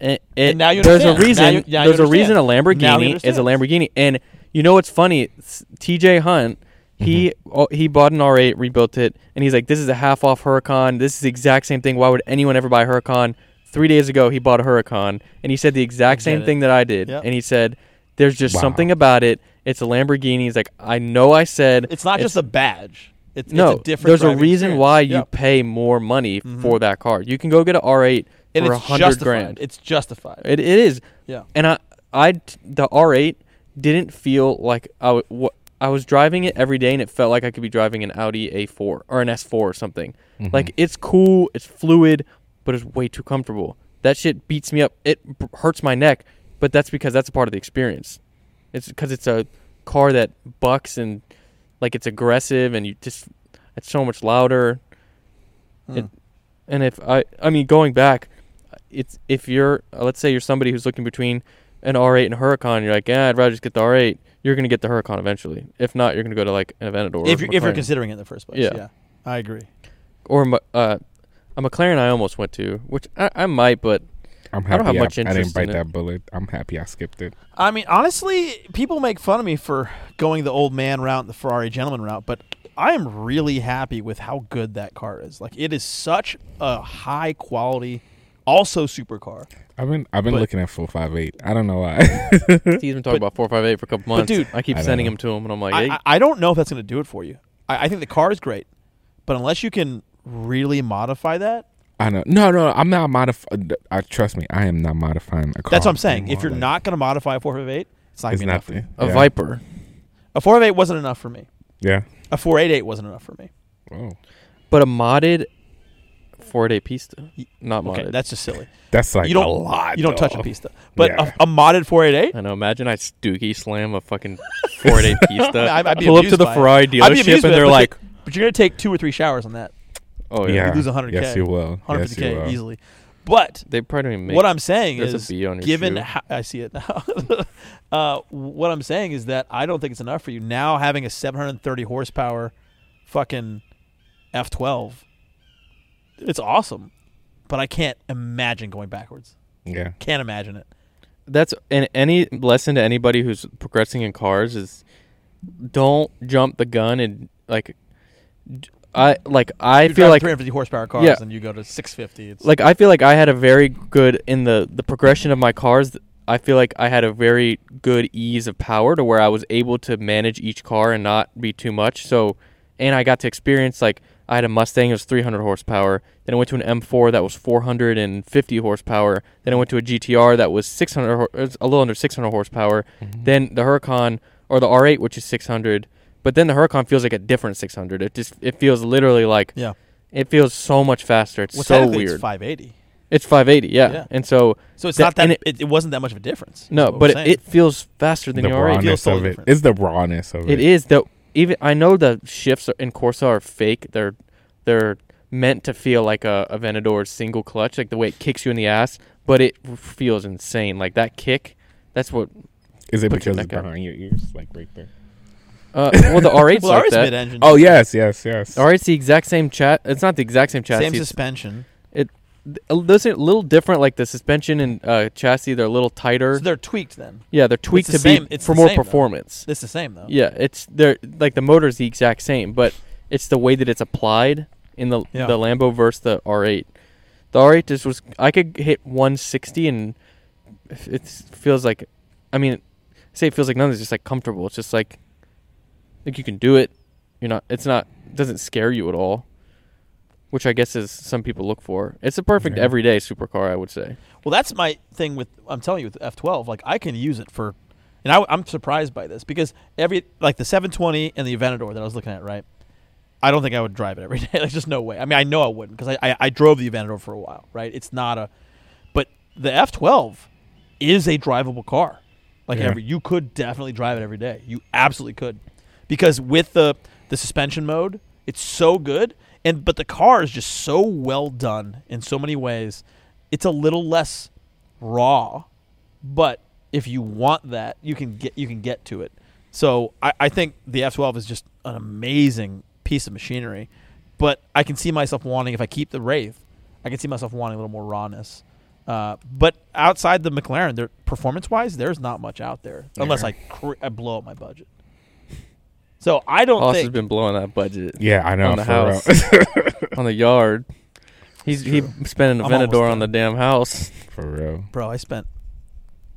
[SPEAKER 1] And, and
[SPEAKER 3] And now you
[SPEAKER 1] there's a
[SPEAKER 3] understand.
[SPEAKER 1] reason.
[SPEAKER 3] Now you- now you
[SPEAKER 1] there's a reason a
[SPEAKER 3] understand. Now
[SPEAKER 1] Lamborghini
[SPEAKER 3] he
[SPEAKER 1] is a
[SPEAKER 3] understands.
[SPEAKER 1] Lamborghini. And you know what's funny? S- T.J. Hunt, he oh, he bought an R8, rebuilt it, and he's like, "This is a half off Huracan. This is the exact same thing. Why would anyone ever buy a Huracan?" Three days ago, he bought a Huracan, and he said the exact
[SPEAKER 3] I
[SPEAKER 1] same
[SPEAKER 3] get it.
[SPEAKER 1] thing that I did.
[SPEAKER 3] Yep.
[SPEAKER 1] And he said, "There's just
[SPEAKER 2] Wow.
[SPEAKER 1] something about it. It's a Lamborghini." He's like, "I know. I said
[SPEAKER 3] It's not just a badge. It's
[SPEAKER 1] no.
[SPEAKER 3] It's a different
[SPEAKER 1] there's a
[SPEAKER 3] driving
[SPEAKER 1] reason
[SPEAKER 3] experience.
[SPEAKER 1] why you
[SPEAKER 3] Yep.
[SPEAKER 1] pay more money
[SPEAKER 3] Mhm.
[SPEAKER 1] for that car. You can go get an R8
[SPEAKER 3] and
[SPEAKER 1] for a
[SPEAKER 3] it's
[SPEAKER 1] hundred
[SPEAKER 3] justified.
[SPEAKER 1] grand.
[SPEAKER 3] It's justified.
[SPEAKER 1] It, it is.
[SPEAKER 3] yeah.
[SPEAKER 1] and I, I, t- the R8 didn't feel like I w- w- I was driving it every day, and it felt like I could be driving an Audi A4 or an S4 or something.
[SPEAKER 2] Mm-hmm.
[SPEAKER 1] Like it's cool, it's fluid, but it's way too comfortable. That shit beats me up. It b- hurts my neck, but that's because that's a part of the experience. It's because it's a car that bucks and like it's aggressive, and you just it's so much louder.
[SPEAKER 3] Hmm.
[SPEAKER 1] It, and if I, I mean, going back, it's if you're, uh, let's say you're somebody who's looking between an R8 and a Huracan, you're like, yeah, I'd rather just get the R8. You're gonna get the Huracan eventually. If not, you're gonna go to like an Aventador.
[SPEAKER 3] if you're, if you're
[SPEAKER 1] McLaren.
[SPEAKER 3] considering it in the first place.
[SPEAKER 1] Yeah.
[SPEAKER 3] Yeah. I agree.
[SPEAKER 1] or a Mc- uh, a McLaren, I almost went to, which I, I might, but
[SPEAKER 2] I'm happy.
[SPEAKER 1] I don't have much
[SPEAKER 2] I didn't
[SPEAKER 1] interest in
[SPEAKER 2] bite
[SPEAKER 1] it.
[SPEAKER 2] that bullet. I'm happy I skipped it.
[SPEAKER 3] I mean, honestly, people make fun of me for going the old man route and the Ferrari gentleman route, but I am really happy with how good that car is. Like, it is such a high quality, also supercar.
[SPEAKER 2] I've been I've been
[SPEAKER 3] But-
[SPEAKER 2] looking at four five eight. I don't know why.
[SPEAKER 1] he's been talking about four five eight for a couple months.
[SPEAKER 3] dude-
[SPEAKER 1] I keep
[SPEAKER 2] I don't
[SPEAKER 1] sending
[SPEAKER 2] know.
[SPEAKER 1] him to him, and I'm like,
[SPEAKER 3] I,
[SPEAKER 1] hey,
[SPEAKER 3] I I don't know if that's going to do it for you. I, I think the car is great, but unless you can really modify that,
[SPEAKER 2] I know. No, no, I'm not modifying. I uh, trust me, I am not modifying a car.
[SPEAKER 3] that's what I'm saying. If
[SPEAKER 2] anymore.
[SPEAKER 3] you're
[SPEAKER 2] Like, not,
[SPEAKER 3] not going to modify a 458, it's not going
[SPEAKER 2] it's
[SPEAKER 3] to be enough for you.
[SPEAKER 2] nothing.
[SPEAKER 1] a
[SPEAKER 2] yeah.
[SPEAKER 1] Viper.
[SPEAKER 3] A 458 wasn't enough for me.
[SPEAKER 2] Yeah.
[SPEAKER 3] A 488 wasn't enough for me.
[SPEAKER 2] Oh.
[SPEAKER 1] But a modded four day pizza,
[SPEAKER 3] Y-
[SPEAKER 1] not
[SPEAKER 3] Okay,
[SPEAKER 1] modded.
[SPEAKER 3] that's just silly.
[SPEAKER 2] That's like
[SPEAKER 3] you don't
[SPEAKER 2] a lot.
[SPEAKER 3] You don't touch
[SPEAKER 2] though.
[SPEAKER 3] a pizza, but
[SPEAKER 2] Yeah.
[SPEAKER 3] a, a modded 488.
[SPEAKER 1] I know. Imagine I stoogie slam a fucking four day pizza.
[SPEAKER 3] I'd- I'd be
[SPEAKER 1] pull up to
[SPEAKER 3] amused
[SPEAKER 1] the
[SPEAKER 3] by it.
[SPEAKER 1] Ferrari
[SPEAKER 3] I'd be
[SPEAKER 1] dealership
[SPEAKER 3] amused
[SPEAKER 1] and
[SPEAKER 3] with it,
[SPEAKER 1] they're
[SPEAKER 3] but
[SPEAKER 1] like,
[SPEAKER 3] you're- but you're gonna take two or three showers on that.
[SPEAKER 1] "Oh yeah,
[SPEAKER 2] Yeah.
[SPEAKER 3] lose 100K.
[SPEAKER 2] Yes, you will. Yes,
[SPEAKER 3] 150k
[SPEAKER 2] you will.
[SPEAKER 3] easily. But
[SPEAKER 1] they probably don't even make."
[SPEAKER 3] what I'm saying
[SPEAKER 1] there's
[SPEAKER 3] is,
[SPEAKER 1] a B on your
[SPEAKER 3] given
[SPEAKER 1] shoe.
[SPEAKER 3] how, I see it now, uh, what I'm saying is that I don't think it's enough for you now. Having a 730 horsepower, fucking F12, it's awesome, but I can't imagine going backwards.
[SPEAKER 2] Yeah.
[SPEAKER 3] Can't imagine it.
[SPEAKER 1] that's and any lesson to anybody who's progressing in cars is don't jump the gun and like d- I like I
[SPEAKER 3] you
[SPEAKER 1] feel
[SPEAKER 3] drive
[SPEAKER 1] like
[SPEAKER 3] 350 horsepower cars,
[SPEAKER 1] Yeah.
[SPEAKER 3] and you go to 650. It's
[SPEAKER 1] like I feel like I had a very good in the the progression of my cars. I feel like I had a very good ease of power to where I was able to manage each car and not be too much. So, and I got to experience like I had a Mustang it was 300 horsepower. Then I went to an M4 that was 450 horsepower. Then I went to a GTR that was 600, hor- it was a little under 600 horsepower. Then the Huracan or the R8, which is 600. But then the Huracan feels like a different 600. It just it feels literally like
[SPEAKER 3] yeah,
[SPEAKER 1] it feels so much faster. It's
[SPEAKER 3] well,
[SPEAKER 1] so
[SPEAKER 3] technically
[SPEAKER 1] weird.
[SPEAKER 3] It's 580.
[SPEAKER 1] It's 580, yeah.
[SPEAKER 3] Yeah.
[SPEAKER 1] And so
[SPEAKER 3] So it's
[SPEAKER 1] That-
[SPEAKER 3] not
[SPEAKER 1] and
[SPEAKER 3] that
[SPEAKER 1] it-
[SPEAKER 3] it, it, wasn't that much of a difference.
[SPEAKER 1] no,
[SPEAKER 3] is what
[SPEAKER 1] but
[SPEAKER 3] we're
[SPEAKER 1] it, it
[SPEAKER 3] saying.
[SPEAKER 1] feels faster than
[SPEAKER 2] The
[SPEAKER 1] your R8.
[SPEAKER 3] Feels
[SPEAKER 2] rawness
[SPEAKER 3] totally
[SPEAKER 2] of it.
[SPEAKER 3] different.
[SPEAKER 2] It's the rawness of it.
[SPEAKER 1] It is though. Even I know the shifts are- in Corsa are fake. They're they're meant to feel like a, a Venador's single clutch, like the way it kicks you in the ass. But it feels insane. Like that kick. That's what.
[SPEAKER 2] Is it
[SPEAKER 1] Put your
[SPEAKER 2] because it's
[SPEAKER 1] neck out.
[SPEAKER 2] behind your ears, like right there?
[SPEAKER 1] Uh, well, the R8's
[SPEAKER 3] well,
[SPEAKER 1] like
[SPEAKER 3] ours
[SPEAKER 1] that.
[SPEAKER 3] mid-engine.
[SPEAKER 2] Oh yes, yes, yes.
[SPEAKER 1] The R8's the exact same chat. It's not the exact same chassis.
[SPEAKER 3] same
[SPEAKER 1] it's
[SPEAKER 3] suspension.
[SPEAKER 1] a little a little different. Like the suspension and uh, chassis, they're a little tighter.
[SPEAKER 3] So they're tweaked then.
[SPEAKER 1] yeah, they're tweaked
[SPEAKER 3] the
[SPEAKER 1] to
[SPEAKER 3] same-
[SPEAKER 1] be
[SPEAKER 3] it's
[SPEAKER 1] for
[SPEAKER 3] the
[SPEAKER 1] more
[SPEAKER 3] same, though.
[SPEAKER 1] performance.
[SPEAKER 3] It's the same though.
[SPEAKER 1] Yeah, it's they're like the motor's the exact same, but it's the way that it's applied in the
[SPEAKER 3] Yeah.
[SPEAKER 1] the Lambo versus the R8. The R8 just was I could hit 160 and it feels like I mean, I say it feels like nothing. It's just like comfortable. It's just like like you can do it. You're not. It's not. Doesn't scare you at all. Which I guess is some people look for. It's a perfect
[SPEAKER 2] Yeah.
[SPEAKER 1] everyday supercar, I would say.
[SPEAKER 3] Well, that's my thing with I'm telling you with the F12. Like I can use it for, and I, I'm surprised by this because every like the 720 and the Aventador that I was looking at, right? I don't think I would drive it every day. There's just no way. I mean, I know I wouldn't because I, I I drove the Aventador for a while, right? It's not a, but the F12 is a drivable car. Like
[SPEAKER 2] Yeah.
[SPEAKER 3] every you could definitely drive it every day. You absolutely could, because with the the suspension mode, it's so good. And but the car is just so well done in so many ways. It's a little less raw, but if you want that, you can get you can get to it. So I, I think the F12 is just an amazing piece of machinery. But I can see myself wanting if I keep the Wraith, I can see myself wanting a little more rawness. Uh, but outside the McLaren, there performance wise, there's not much out there unless
[SPEAKER 2] Yeah.
[SPEAKER 3] I cr- I blow up my budget. So I don't
[SPEAKER 1] Austin's
[SPEAKER 3] think
[SPEAKER 1] been blowing that budget
[SPEAKER 2] Yeah, I know.
[SPEAKER 1] On the
[SPEAKER 2] for real.
[SPEAKER 1] on the yard. He's he spending a
[SPEAKER 3] I'm almost
[SPEAKER 1] Venador on the
[SPEAKER 3] done.
[SPEAKER 1] damn house.
[SPEAKER 2] for real.
[SPEAKER 3] bro, I spent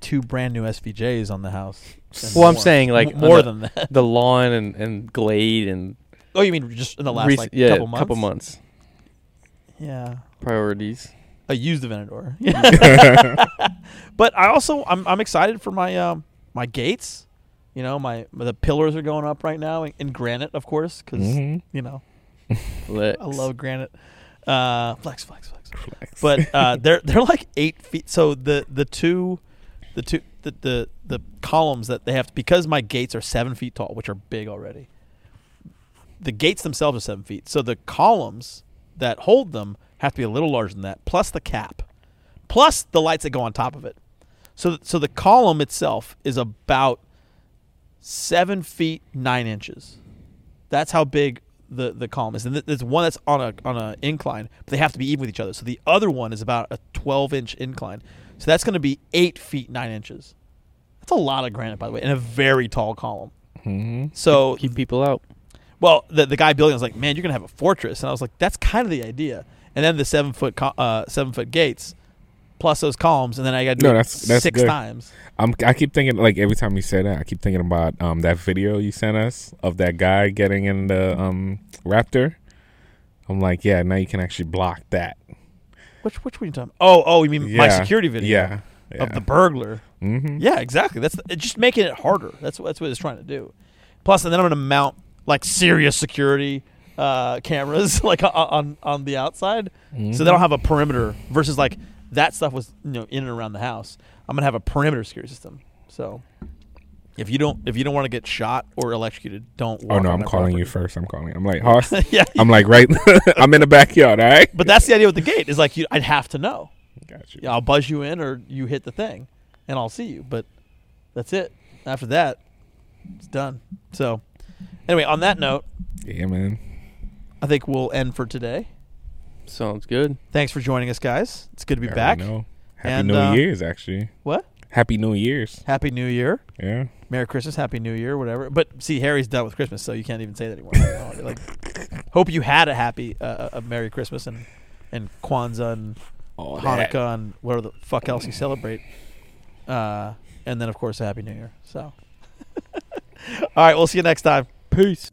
[SPEAKER 3] two brand new SVJs on the house. and
[SPEAKER 1] Well, I'm
[SPEAKER 3] more.
[SPEAKER 1] saying, like,
[SPEAKER 3] M-
[SPEAKER 1] on
[SPEAKER 3] more
[SPEAKER 1] the-
[SPEAKER 3] than that.
[SPEAKER 1] the lawn and, and glade and
[SPEAKER 3] Oh, you mean just in the last
[SPEAKER 1] rec-
[SPEAKER 3] like
[SPEAKER 1] yeah,
[SPEAKER 3] couple months?
[SPEAKER 1] couple months
[SPEAKER 3] Yeah.
[SPEAKER 1] priorities.
[SPEAKER 3] I used the Venador. but I also I'm I'm excited for my um my gates. You know, my the pillars are going up right now in, in granite, of course, because
[SPEAKER 2] Mhm.
[SPEAKER 3] you know
[SPEAKER 1] Lex.
[SPEAKER 3] I love granite. Uh, flex, flex, flex.
[SPEAKER 2] Flex.
[SPEAKER 3] But uh, they're they're like eight feet. So the the two, the two the the the columns that they have because my gates are seven feet tall, which are big already. The gates themselves are seven feet, so the columns that hold them have to be a little larger than that, plus the cap, plus the lights that go on top of it. So th- so the column itself is about seven feet nine inches. That's how big the the column is. And th- there's one that's on a on a incline, but they have to be even with each other. So the other one is about a 12 inch incline. So that's going to be eight feet nine inches. That's a lot of granite, by the way, and a very tall column.
[SPEAKER 1] Mm-hmm.
[SPEAKER 2] Mhm.
[SPEAKER 3] So
[SPEAKER 1] keep people out.
[SPEAKER 3] well, the, the guy building was like, "Man, you're gonna have a fortress," and I was like, "That's kind of the idea." And then the seven foot co- uh, seven foot gates, plus those columns, and then I got to do
[SPEAKER 2] No,
[SPEAKER 3] it
[SPEAKER 2] that's- that's
[SPEAKER 3] six
[SPEAKER 2] good.
[SPEAKER 3] times.
[SPEAKER 2] I'm, I keep thinking like every time you say that, I keep thinking about um that video you sent us of that guy getting in the um Raptor. I'm like, yeah, now you can actually block that.
[SPEAKER 3] Which which were you talking? Oh oh, you mean my
[SPEAKER 2] Yeah.
[SPEAKER 3] security video?
[SPEAKER 2] Yeah.
[SPEAKER 3] of the burglar.
[SPEAKER 2] hmm
[SPEAKER 3] Yeah, exactly. That's it's just making it harder. That's what that's what it's trying to do. Plus, and then I'm going to mount like serious security uh, cameras like o- on on the outside,
[SPEAKER 2] Mm-hmm.
[SPEAKER 3] so they don't have a perimeter. Versus like that stuff was you know in and around the house. I'm gonna have a perimeter security system. So if you don't if you don't want to get shot or electrocuted, don't.
[SPEAKER 2] Oh
[SPEAKER 3] walk
[SPEAKER 2] no,
[SPEAKER 3] on
[SPEAKER 2] I'm
[SPEAKER 3] that
[SPEAKER 2] calling you
[SPEAKER 3] property.
[SPEAKER 2] first. I'm calling. I'm like Hoss.
[SPEAKER 3] yeah,
[SPEAKER 2] I'm like right. I'm in the backyard. All right.
[SPEAKER 3] but that's the idea with the gate is like you, I'd have to know.
[SPEAKER 2] Got you.
[SPEAKER 3] Yeah, I'll buzz you in or you hit the thing and I'll see you. But that's it. After that, it's done. So anyway, on that note,
[SPEAKER 2] Yeah, man.
[SPEAKER 3] I think we'll end for today.
[SPEAKER 1] Sounds good.
[SPEAKER 3] Thanks for joining us, guys. It's good to be
[SPEAKER 2] I already
[SPEAKER 3] back.
[SPEAKER 2] know. Happy
[SPEAKER 3] And,
[SPEAKER 2] New
[SPEAKER 3] uh,
[SPEAKER 2] Year's, actually.
[SPEAKER 3] What?
[SPEAKER 2] Happy New Year's.
[SPEAKER 3] Happy New Year.
[SPEAKER 2] Yeah.
[SPEAKER 3] Merry Christmas. Happy New Year, whatever. But see, Harry's done with Christmas, so you can't even say that anymore. like, hope you had a happy, uh, a Merry Christmas and, and Kwanzaa and Hanukkah and whatever the fuck else you celebrate. Uh, and then, of course, a Happy New Year. So, all right, we'll see you next time. Peace.